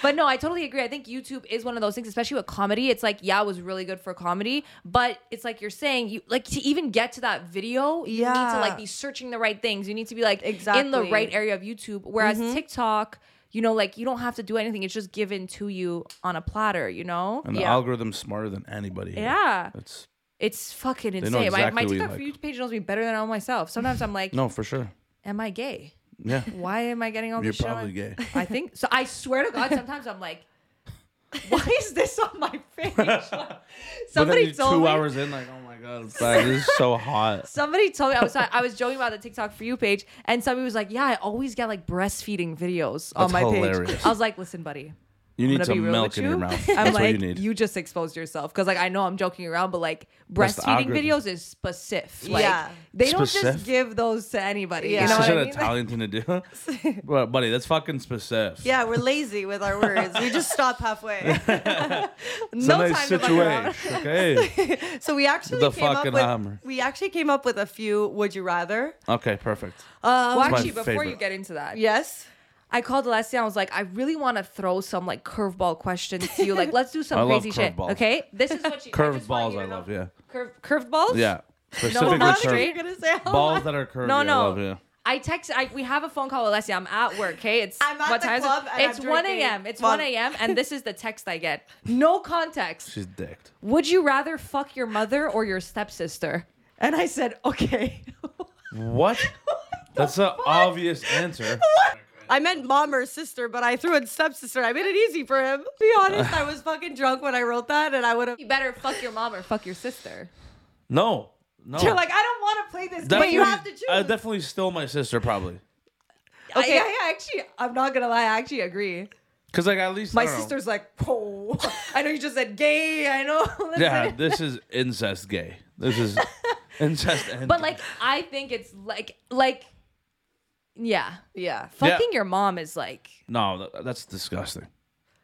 But no, I totally agree. I think YouTube is one of those things, especially with comedy. It's like, yeah, it was really good for comedy, but it's like you're saying, you like to even get to that video, you need to
Yeah.
like be searching the right things. You need to be like in the
Exactly. Mm-hmm.
right area of YouTube. Whereas TikTok, you know, like you don't have to do anything. It's just given to you on a platter, you know?
And the
Yeah.
algorithm's smarter than anybody. here.
Yeah.
It's
It's fucking insane.
know
my my
exactly what you
TikTok for
like.
you page knows me better than I know myself. Sometimes I'm like,
no, for sure.
am I gay?
Yeah.
Why am I getting all
You're
this shit? on-
probably gay.
I think so. I swear to God, sometimes I'm like, why is this on my face?
Somebody
somebody told
two
me.
hours in, like, oh my god, it's like, this is so hot.
Somebody told me I was I was joking about the TikTok for you page, and somebody was like, "Yeah, I always get like breastfeeding videos on
That's
my page."
hilarious.
I was like, "Listen, buddy,
You
I'm
need
gonna
some
be real
milk
with
in
you."
your mouth.
I'm like,
That's what you need.
just exposed yourself because like I know I'm joking around, but like
That's the
breastfeeding
algorithm.
videos is specific. Like,
Yeah.
they don't just
Specific?
give those to anybody.
Yeah.
You
it's
know
such
what I
an
mean?
Italian thing to do. but buddy, that's fucking specific.
Yeah, we're lazy with our words. We just stop halfway.
it's
no
a nice
time to fuck around.
situation. Okay.
So we actually
The
came up
fucking
with
hammer.
we actually came up with a few. Would you rather?
okay, perfect.
Well,
my
actually, before you
favorite.
get into that,
Yes.
I called Alessia and I was like, I really want to throw some like curveball questions to you. Like, let's do some
I love
crazy shit.
curveballs.
Okay. This is what she I
Curved
just want
balls,
you
I
to
love.
know.
Yeah.
Curve, curved balls?
Yeah.
no,
Specifically
not
curved
straight.
You're gonna say
balls that are curved.
No,
I
no.
love, yeah.
I text. I, we have a phone call with Alessia. I'm at work. Okay, it's
I'm at
what
the
time is
club
it?
and I'm
It's 1
drinking
a.m. It's
fun.
1 a.m. and this is the text I get. No context.
She's dicked.
Would you rather fuck your mother or your stepsister? And I said, okay.
What? That's an obvious answer.
I meant mom or sister, but I threw in stepsister. I made it easy for him. Be honest, I was fucking drunk when I wrote that, and I would have.
you better fuck your mom or fuck your sister.
No. No.
You're like, I don't want to play this game.
Definitely-
you have to choose.
I definitely still my sister probably.
okay.
Okay.
yeah, yeah, actually, I'm not gonna lie. I actually agree.
Cause like at least
My
I don't know.
sister's like, oh, I know you just said gay. I know. Listen.
Yeah, this is incest gay. This is incest. And
But like, I think it's like, like, yeah, yeah. Fucking your mom is like,
no, tha- that's disgusting.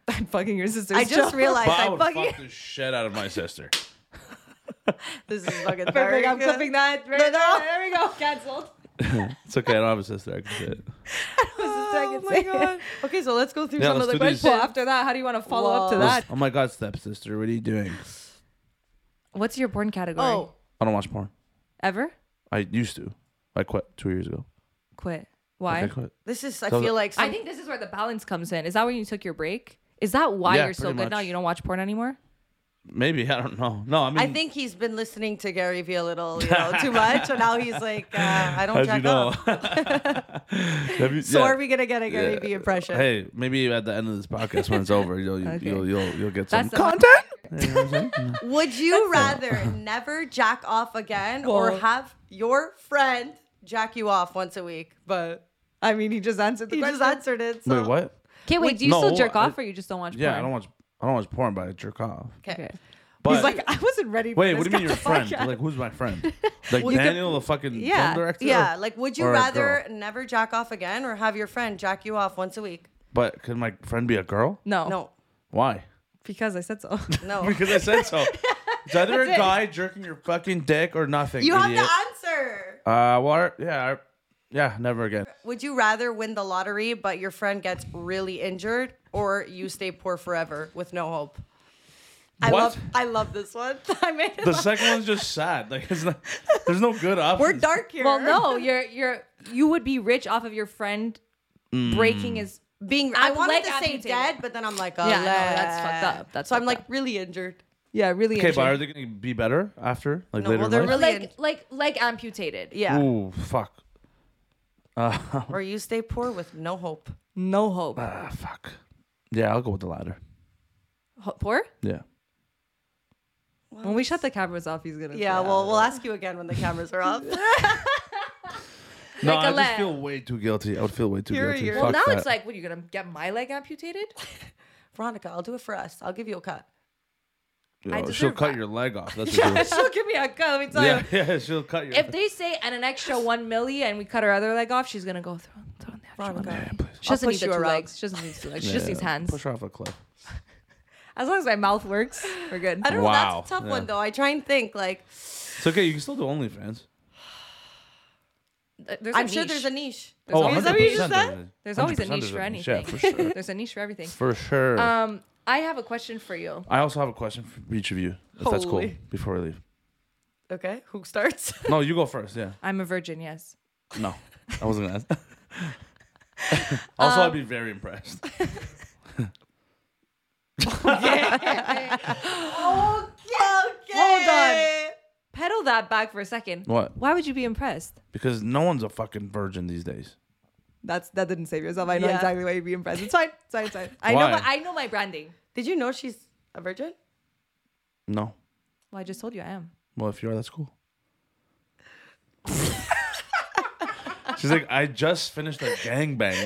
I'm fucking your sister's.
I just
job.
realized
But I,
I,
would
fucking.
fuck the shit out of my sister.
This is fucking
Perfect.
very
I'm
good.
clipping that. Right
No, no.
now. There we go. Cancelled.
It's okay. I don't have a sister. I can say it.
Oh
can
my
say.
god. Okay, so let's go through
uh, Yeah,
some of the
let's do these.
questions.
Well,
after that, how do you want to follow
up to
that?
Oh my god, stepsister, what are you doing?
What's your porn category?
Oh,
I don't watch porn.
Ever?
I used to. I quit two years ago.
Quit. Why?
I quit.
this is. I
So the-
feel like. Some,
I think this is where the balance comes in. Is that when you took your break? Is that why
Yeah,
you're so
pretty
good now?
much.
You don't watch porn anymore?
Maybe I don't know. No, I mean,
I think he's been listening to Gary Vee a little, you know, too much. So now he's like, uh, I don't
how'd you
check
know?
up.
Have you-
So
yeah.
are we gonna get a Gary
Yeah.
Vee impression?
Hey, maybe at the end of this podcast when it's over, you'll you,
Okay.
you'll, you'll you'll get some
That's
content.
Would you rather never jack off again or
Well-
have your friend jack you off once a week? But I mean, he just answered the question. He just answered it. So.
Wait, what?
Okay, wait. Do you
No,
still jerk
I-
off, or you just don't watch
Yeah,
porn?
I don't watch I don't watch porn, but I jerk off.
Okay.
But
He's like, I wasn't ready. For
wait,
this
what do you mean your
kind
friend?
of
Like, who's my friend? Like
you could-
Daniel, the fucking
Yeah,
film director.
yeah. Like, would you
or a
rather
girl?
never jack off again or have your friend jack you off once a week?
But could my friend be a girl?
No,
No,
Why?
because I said so.
no.
Because I said so. It's either a guy jerking your fucking dick or nothing.
you have
idiot.
to answer.
Uh, well, I- yeah, I- yeah, never again.
Would you rather win the lottery but your friend gets really injured, or you stay poor forever with no hope? I
What?
love, I love this one. I made it.
The
laugh.
second one's just sad. Like, it's not, there's no good options.
We're dark here.
well, no, you're you're you would be rich off of your friend
Mm.
breaking his.
being I
App-
wanted
leg
to say
amputated.
dead, but then I'm like, oh,
Yeah, no, that's fucked up. That's
so I'm
fucked
like
up.
really injured.
Yeah, really.
Okay, but are they gonna be better after? Like
No,
later
well,
in
they're
life?
really-
like like like amputated.
Yeah,
Ooh, fuck. Uh,
or you stay poor with no hope.
No hope.
ah, fuck. Yeah, I'll go with the latter.
Ho- poor.
Yeah.
When we shut the cameras off, he's gonna.
Yeah, well, we'll ask you again when the cameras are off.
No,
Like a
I just
leg.
feel way too guilty. I would feel way too
You're-
guilty.
you're-
Well,
Fuck
now
that.
it's like, what are you gonna get my leg amputated?
Veronica, I'll do it for us. I'll give you a cut.
I
Yo, she'll
deserve
cut
that.
your leg off. That's what
yeah,
she'll-
she'll give me a cut. Let me tell you.
yeah, yeah, she'll cut your.
If they say and an extra one milli and we cut her other leg off, she's gonna go throw, throw in the extra one.
Veronica,
yeah, please.
She doesn't
I'll
need
push
the
you
two
around.
legs. She doesn't need two legs. She just
Yeah,
needs hands.
Push her off a cliff.
As long as my mouth works, we're good.
I don't know.
Wow.
That's a tough one
Yeah.
though. I try and think like
It's okay. You can still do OnlyFans.
uh, There's
I'm sure there's a niche.
There's
oh,
always- Is that what you just
100% there is.
There's always a
100%
niche for
there's a
anything.
Yeah, for sure.
There's a niche for everything.
for sure.
Um, I have a question for you.
I also have a question for each of you, if that's cool,
Holy.
before we leave.
Okay, who starts?
No, you go first. Yeah.
I'm a virgin, yes.
No, I wasn't gonna ask. also, I'd be
Um,
very impressed.
okay,
Hold Pedal that back for a second.
What?
Why would you be impressed?
Because no one's a fucking virgin these days.
That's that didn't save yourself. I know
Yeah.
exactly why you'd be impressed. It's fine. It's fine. It's fine. I
Why?
know. My, I know my branding.
Did you know she's a virgin?
No.
Well, I just told you I am.
Well, if you are, that's cool. She's like, I just finished a gangbang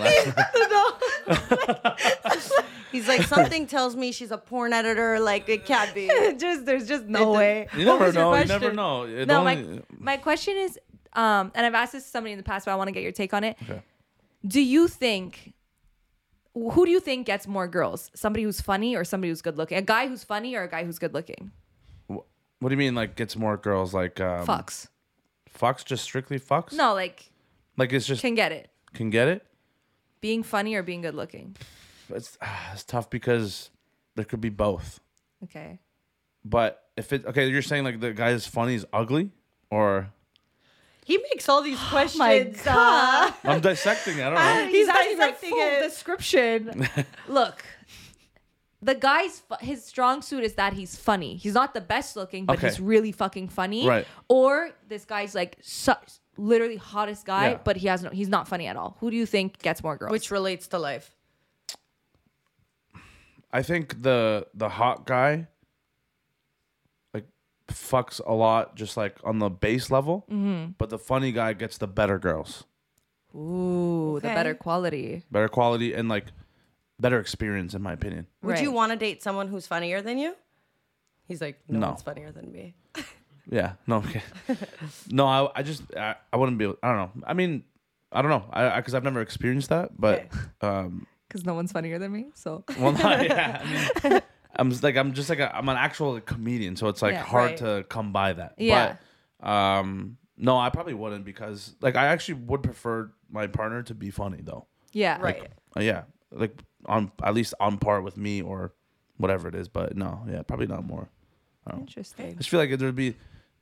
last night.
He's like something tells me she's a porn editor. Like it can't be.
just there's just no way.
You
What
never
was your
know. You never
question?
know. It
No,
only-
my my question is, um, and I've asked this to somebody in the past, but I want to get your take on it.
Okay.
Do you think who do you think gets more girls? Somebody who's funny or somebody who's good looking? A guy who's funny or a guy who's good looking?
What do you mean, like, gets more girls? Like, um,
Fucks.
Fucks just strictly fucks?
No, like
Like, it's just, can,
can get it.
get it?
Being funny or being good looking.
It's, ah, it's tough because there could be both.
Okay.
But if it, okay, you're saying, like, the guy is funny is ugly? Or,
He makes all these questions.
God.
uh,
I'm dissecting it. I don't know.
He's dissecting it.
description. Look, the guy's fu- his strong suit is that he's funny. He's not the best looking, but
Okay.
he's really fucking funny.
Right.
Or this guy's like su- literally hottest guy,
Yeah.
but he has no, he's not funny at all. Who do you think gets more girls?
which relates to life.
I think the the hot guy, like fucks a lot, just like on the base level. But the funny guy gets the better girls,
Ooh, the
Okay.
better quality.
better quality, and like better experience, in my opinion.
Would you
Right.
want to date someone who's funnier than you? He's like, no,
No.
one's funnier than me.
Yeah. No. Okay. no, I, I just I, I wouldn't be. I don't know. I mean, I don't know. I because I've never experienced that, but um,
Because no one's funnier than me. So
well, not, yeah. I mean, I'm just like I'm just like a, I'm an actual comedian, so it's like
Yeah.
hard
Right.
to come by that.
Yeah.
But, um, no, I probably wouldn't because like I actually would prefer my partner to be funny though.
yeah.
Right.
Uh, yeah, like on at least on par with me or whatever it is. But no, yeah, probably not more. I
Interesting.
just feel like there'd be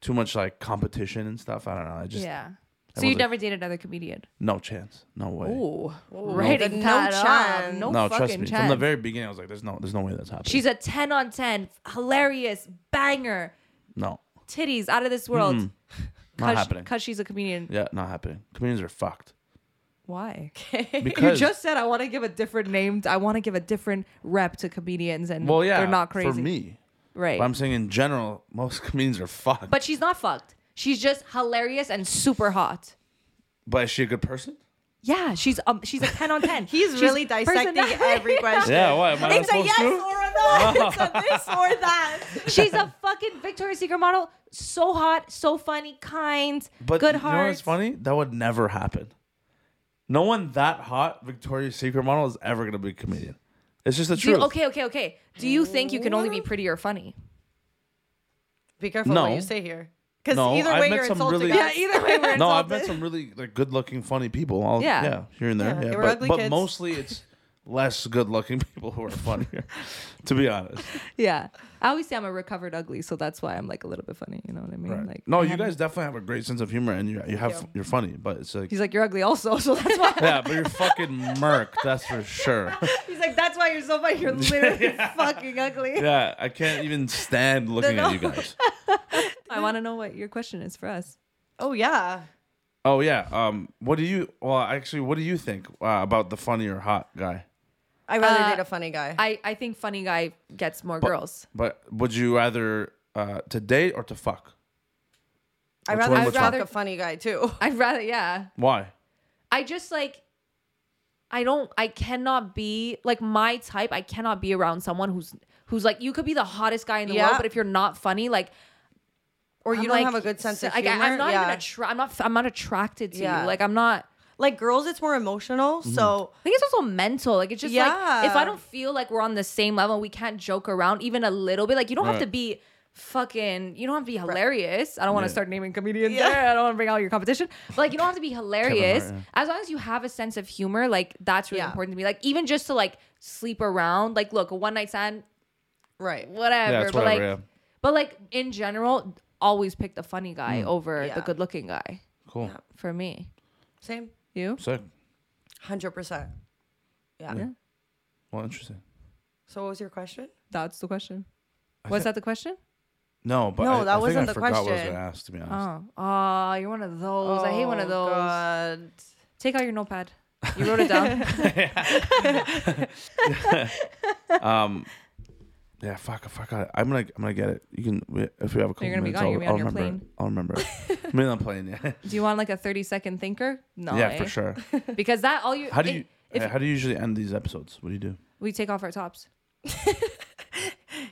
too much like competition and stuff. I don't know. I just
yeah.
I
So you
wasn't-
never dated another comedian?
no chance, no way.
Ooh,
There's
writing
no
that off.
chance.
No,
no,
fucking
trust me.
chance.
From the very beginning, I was like, "There's no, there's no way that's happening."
She's a 10 on 10, hilarious, banger,
no,
titties out of this world.
not happening.
Because she's a comedian.
yeah, not happening. Comedians are fucked.
Why?
Because-
you just said I want to give a different name. To, I want to give a different rep to comedians, and
Well, yeah,
they're not crazy.
for me.
right?
But I'm saying in general, most comedians are fucked.
but she's not fucked. She's just hilarious and super hot.
but is she a good person?
Yeah, she's um, she's a 10 on 10.
He's
She's
really dissecting
personality-
every question.
Yeah, why am I not
It's a
supposed
yes or
to?
a no. It's a this or that.
She's a fucking Victoria's Secret model. So hot, so funny, kind,
But
good
you
heart.
know what's funny? That would never happen. No one that hot Victoria's Secret model is ever gonna be a comedian. It's just the
Do you-
truth.
okay, okay, okay. Do you think you can only be pretty or funny?
Be careful
No.
what you say here. Because
No,
either
I've
way,
met
you're
some
insulting
really-
us.
Yeah,
either way, we're
No, I've met some really like good-looking, funny people. All,
Yeah.
yeah, here and there.
Yeah,
Yeah,
they were
but,
ugly
but
kids.
mostly it's less good-looking people who are funnier. to be honest,
Yeah. I always say I'm a recovered ugly, so that's why I'm like a little bit funny. You know what I mean?
right?
Like
no,
I
you
haven't-
guys definitely have a great sense of humor, and you you have you're funny, but it's like
He's like, you're ugly also, so that's why.
yeah, but you're fucking murked, that's for sure.
He's like, that's why you're so funny. You're literally fucking ugly.
Yeah, I can't even stand looking at you guys.
I want to know what your question is for us.
Oh, yeah.
Oh yeah. Um, what do you? Well, actually, what do you think uh, about the funny or hot guy?
I'd rather
Uh,
date a funny guy.
I I think funny guy gets more girls.
But would you rather uh, to date or to fuck?
I'd
which
rather
one
I'd
would
rather
fuck?
a funny guy, too.
I'd rather, yeah.
Why?
I just like. I don't. I cannot be like my type. I cannot be around someone who's who's like you could be the hottest guy in the
Yeah.
world, but if you're not funny, like
Or you
I'm
don't
like,
have a good sense
so-
of
like,
humor.
I, am not
yeah.
even attra- I'm not. I'm not attracted to
Yeah.
you. Like I'm not.
like girls, it's more emotional.
Mm-hmm.
So
I think it's also mental. Like it's just like if
Yeah.
I don't feel like we're on the same level, we can't joke around even a little bit. Like you don't have
Right.
to be fucking. You don't have to be hilarious. I don't want to
Yeah.
start naming comedians
Yeah.
there. I don't want to bring out your competition. But like you don't have to be hilarious.
Hart,
As long as you have a sense of humor, like that's really
Yeah.
important to me. Like even just to like sleep around. Like look, a one night stand,
right,
whatever.
Yeah, it's
but
whatever,
like,
yeah.
but like in general, always pick the funny guy
Mm.
over the
Yeah.
good looking guy.
Cool.
For me,
same,
you.
Sick.
hundred percent. Yeah.
Well, interesting.
So what was your question?
That's the question. Was that the question?
No, but
No,
I,
that
I think
wasn't
I
the
forgot what I was
question.
gonna ask. To be honest.
Oh, oh, you're one of those. I hate one of those.
Oh, God.
Take out your notepad. You wrote it down. Oh.
Um, yeah. Fuck. Fuck. I, I'm gonna. I'm gonna get it. You can. we- If we have a couple
You're gonna be
minutes,
gone,
I'll,
you're gonna be
I'll
on your
remember. it.
plane.
I'll remember. it. I mean, I'm playing. Yeah.
Do you want like a 30 second thinker? No.
yeah, for
eh?
sure.
Because that all you.
How do
it-
you?
if
yeah, how do you usually end these episodes? What do you do?
we take off our tops?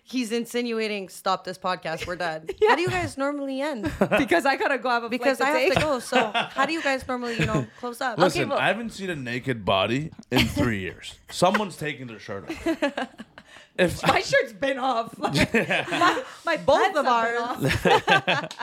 He's insinuating stop this podcast. We're done. How do you guys normally end?
because I gotta go have a
Because I have to go. So how do you guys normally, you know, close up?
Listen,
well-
I haven't seen a naked body in three years. Someone's taking their shirt off. If
My shirt's been off. Like,
my both
pants
of
have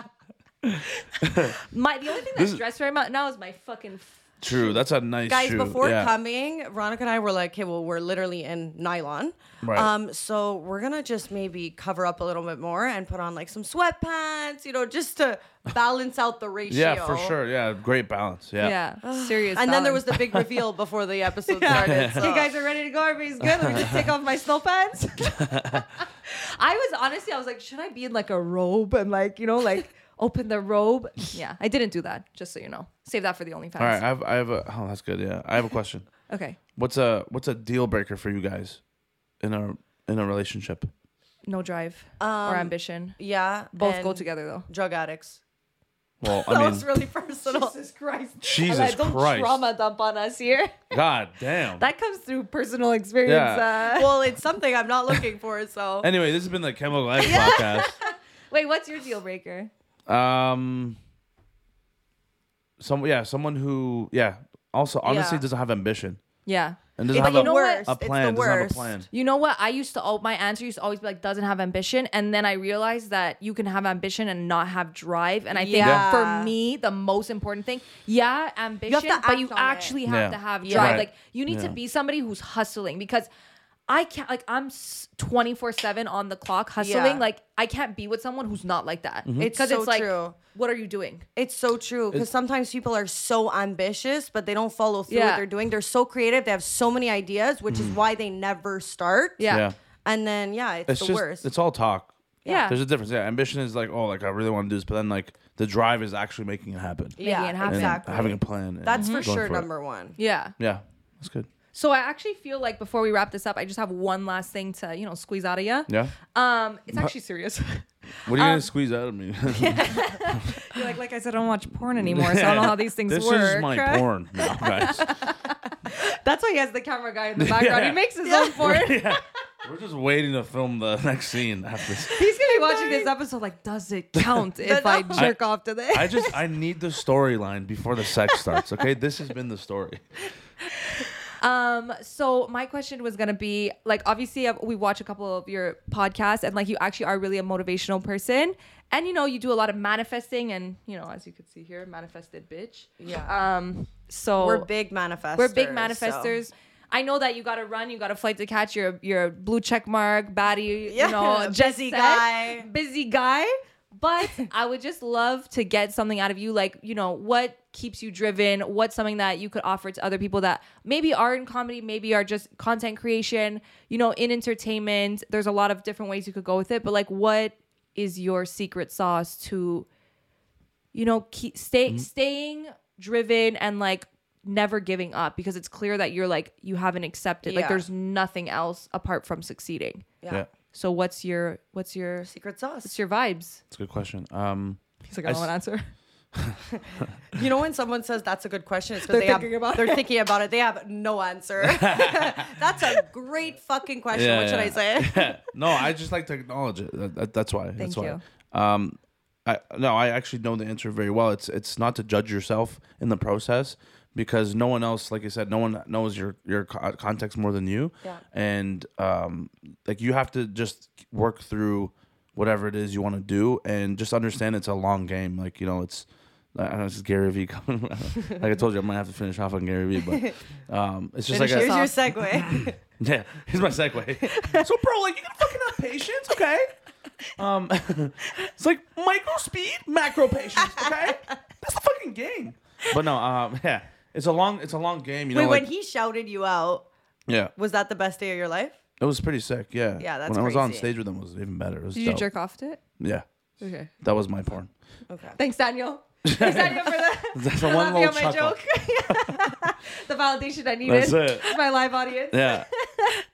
been
ours.
my the only thing that's dressed right now is my fucking. f-
true, that's a nice
guys
shoe.
before
yeah.
coming veronica and i were like okay well we're literally in nylon
Right.
um so we're gonna just maybe cover up a little bit more and put on like some sweatpants you know just to balance out the ratio
Yeah, for sure. Yeah, great balance. Yeah.
Yeah. serious.
and then there was
balance.
the big reveal before the episode started so.
You guys are ready to go. Everybody's good. Let me just take off my snow pants. I was honestly, I was like, should I be in like a robe and like, you know, like open the robe? Yeah, I didn't do that, just so you know. Save that for the OnlyFans.
All right, I have, I have a. Oh, that's good. Yeah, I have a question.
Okay.
What's a What's a deal breaker for you guys in a in a relationship?
No drive or ambition.
Yeah.
Both go
and
together though.
Drug addicts.
Well,
that
I mean,
was really personal. Jesus Christ.
Jesus
don't
Christ,
trauma dump on us here.
God damn.
That comes through personal experience.
Yeah.
Uh,
Well, it's something I'm not looking for, so
anyway, this has been the Chemical X podcast.
wait, what's your deal breaker?
Um, some yeah, someone who yeah, also honestly
Yeah.
doesn't have ambition
yeah.
and doesn't
But
have
you
a,
know what?
a
It's the
plan. Doesn't have a
worst.
plan.
You know what? I used to, al- my answer used to always be like, doesn't have ambition. And then I realized that you can have ambition and not have drive. And I think
Yeah.
for me, the most important thing, yeah, ambition, but
act
you
on it.
actually have
Yeah.
to have
Yeah.
drive.
Right.
Like, you need to
Yeah.
be somebody who's hustling because. I can't like I'm 24 seven on the clock hustling
Yeah.
like I can't be with someone who's not like
Mm-hmm.
that.
It's
'Cause
so
like,
true.
What are you doing?
It's so true because sometimes people are so ambitious, but they don't follow through
Yeah.
what they're doing. They're so creative, they have so many ideas, which is
Mm.
why they never start.
Yeah.
Yeah.
And then, yeah, it's,
It's
the
just
worst.
it's all talk.
Yeah.
There's a difference. Yeah, ambition is like, oh, like I really want to do this, but then like the drive is actually making it happen.
Making it happen.
And
exactly.
Having a plan. and
That's for
Mm-hmm. going
sure
it.
number one.
Yeah.
Yeah, that's good.
So I actually feel like before we wrap this up, I just have one last thing to, you know, squeeze out of you.
Yeah.
Um, it's actually serious.
Um,
What are you gonna squeeze out of me?
You're like, like I said, I don't watch porn anymore, so I don't know how these things
this
work.
is my porn now, guys.
That's why he has the camera guy in the background.
Yeah.
He makes his own porn.
yeah. We're just waiting to film the next scene after this.
He's gonna be watching this episode. Like, does it count if I jerk off to this?
I just I need the storyline before the sex starts. Okay, this has been the story.
Um, so my question was gonna be like, obviously, I've, we watch a couple of your podcasts, and like, you actually are really a motivational person, and you know, you do a lot of manifesting, and you know, as you can see here, manifested bitch.
Yeah.
Um, so
Oh. We're big manifestors.
We're big
so-
manifestors. I know that you got to run, you got to flight to catch. You're you're a blue check mark baddie,
Yeah,
you know, jet
busy
set,
guy.
busy guy. But I would just love to get something out of you, like you know, what keeps you driven? What's something that you could offer to other people that maybe are in comedy, maybe are just content creation, you know, in entertainment? There's a lot of different ways you could go with it, but like, what is your secret sauce to you know keep stay
Mm-hmm.
staying driven and like never giving up because it's clear that you're like you haven't accepted like
Yeah.
there's nothing else apart from succeeding
Yeah.
so what's your what's your
Secret sauce.
what's your vibes
It's a good question. Um,
he's like
I I don't s-
answer
You know when someone says that's a good question, it's because
They're
they have-
thinking about
they're thinking about it. They have no answer. that's a great fucking question. what should I say?
no, I just like to acknowledge it. That- that- that's why.
Thank
that's why. Um, I no, I actually know the answer very well. It's it's not to judge yourself in the process because no one else, like I said, no one knows your your co- context more than you.
Yeah.
And um, like you have to just work through whatever it is you want to do and just understand it's a long game. Like you know, it's. I don't know, this is Gary Vee coming. like I told you, I might have to finish off on Gary Vee, but um, it's just
Here's
like a,
your segue.
yeah, here's my segue. so, bro, like, you gotta fucking have patience, okay? Um, it's like micro speed, macro patience, okay? That's the fucking game. But no, um, yeah, it's a long, it's a long game, you
Wait,
know.
when
like-
he shouted you out,
yeah,
was that the best day of your life?
it was pretty sick. Yeah,
Yeah, that's
when I was on
crazy.
stage with him, it was even better. It was
did you
dope.
jerk off to it
Yeah,
okay
that was my porn.
Okay.
thanks daniel thanks daniel for the,
That's the
for
one
laughing
little
at my
chuckle.
joke the validation i needed
That's it.
my live audience
Yeah.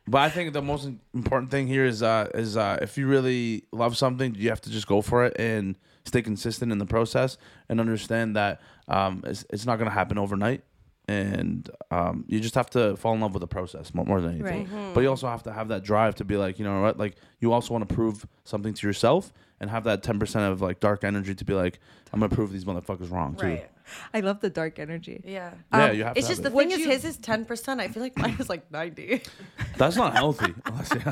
but I think the most important thing here is uh is uh if you really love something, you have to just go for it and stay consistent in the process and understand that um it's, it's not gonna happen overnight. And um, you just have to fall in love with the process more, more than anything.
Mm-hmm.
But you also have to have that drive to be like, you know what? Like, you also want to prove something to yourself and have that 10% of like dark energy to be like, I'm going to prove these motherfuckers wrong too.
Right.
i love the dark energy
Yeah.
Yeah,
Um,
you have to.
It's
have
just
it.
the
Would
thing is
you-
his is ten percent. I feel like mine is like ninety.
That's not healthy.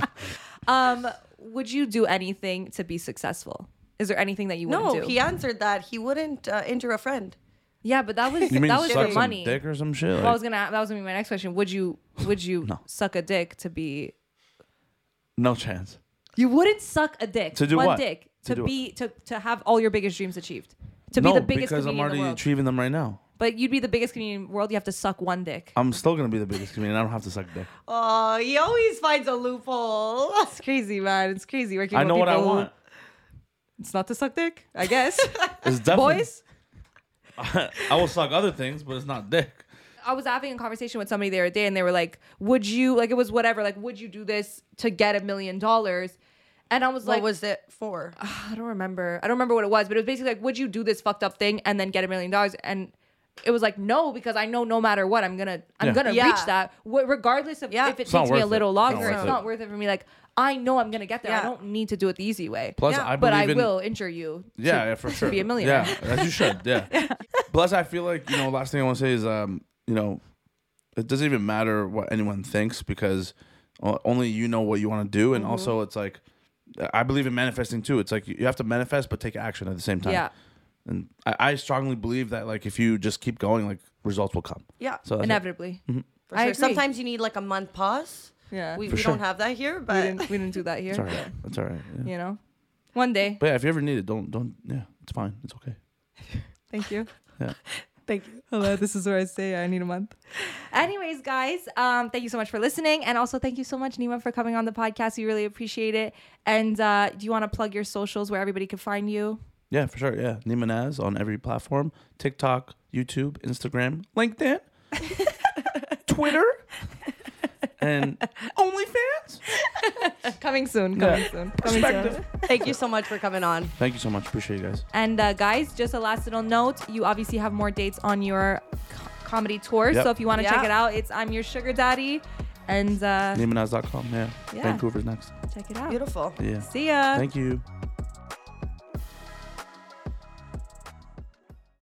um would you do anything to be successful is there anything that you
No,
wouldn't do?
he answered that he wouldn't uh, injure a friend.
Yeah, but that was
You mean
that was
suck
for
some
money.
dick or some shit?
Well, I
Like-
was gonna that was gonna be my next question. Would you would you
No.
suck a dick to be?
no chance.
You wouldn't suck a dick
To do
one
what?
dick
To
to,
do what?
be to to have all your biggest dreams achieved to be the biggest
because
comedian
I'm already
in the world.
achieving them right now.
but you'd be the biggest comedian in the world. You have to suck one dick.
I'm still gonna be the biggest comedian. I don't have to suck dick.
Oh, he always finds a loophole.
It's crazy, man. It's crazy. Working
I
with
know what I
people who-
want.
It's not to suck dick, I guess.
It's definitely.
Boys,
I will suck other things, but it's not dick.
I was having a conversation with somebody the other day, and they were like, "Would you like it was whatever? Like, would you do this to get a million dollars?" And I was
what
like, Uh,
was it for?
I don't remember. I don't remember what it was, but it was basically like, would you do this fucked up thing and then get a million dollars? And it was like, no, because I know no matter what, I'm gonna, I'm
Yeah.
gonna
Yeah.
reach that, w- regardless of
Yeah.
if it
It's
not
takes me a
worth it.
little
It's not
longer.
worth
It's
it.
not worth it for me. Like, I know I'm gonna get there. I
Yeah.
don't need to do it the easy way.
Plus,
Yeah.
I believe
but I
in,
will injure you. to-
Yeah, yeah, for sure.
be a millionaire.
Yeah, as you should. Yeah. Plus, I feel like you know. Last thing I want to say is, um, you know, it doesn't even matter what anyone thinks because o- only you know what you want to do,
Mm-hmm.
and also it's like, I believe in manifesting too. It's like you you have to manifest but take action at the same time.
Yeah.
And I, I strongly believe that like if you just keep going, like results will come.
Yeah.
So that's it.
inevitably.
For
I
sure.
agree.
Sometimes you need like a month pause.
Yeah,
We,
we,
we
sure.
don't have that here,
we
but
didn't, we didn't do that here.
it's all right. It's all right. Yeah.
You know, one day.
But yeah, if you ever need it, don't don't. Yeah, it's fine. It's okay.
Thank you.
Yeah.
Thank you. Hello, this is where I say I need a month. Anyways, guys, um, thank you so much for listening. And also, thank you so much, Nima, for coming on the podcast. We really appreciate it. And uh, do you want to plug your socials where everybody can find you?
Yeah, for sure. Yeah. Nima Naz on every platform TikTok, YouTube, Instagram, LinkedIn, Twitter, and OnlyFans.
Coming soon. Coming
Yeah.
soon. Coming soon.
Perspective.
thank you so much for coming on.
Thank you so much. Appreciate you guys.
And uh, guys, just a last little note you obviously have more dates on your co- comedy tour.
Yep.
So if you want to check
Yeah.
it out, it's I'm Your Sugar Daddy. And uh,
NimaNaz.com. Yeah.
Yeah. Uh,
Vancouver's next.
check it out.
Beautiful.
Yeah.
See ya.
Thank you.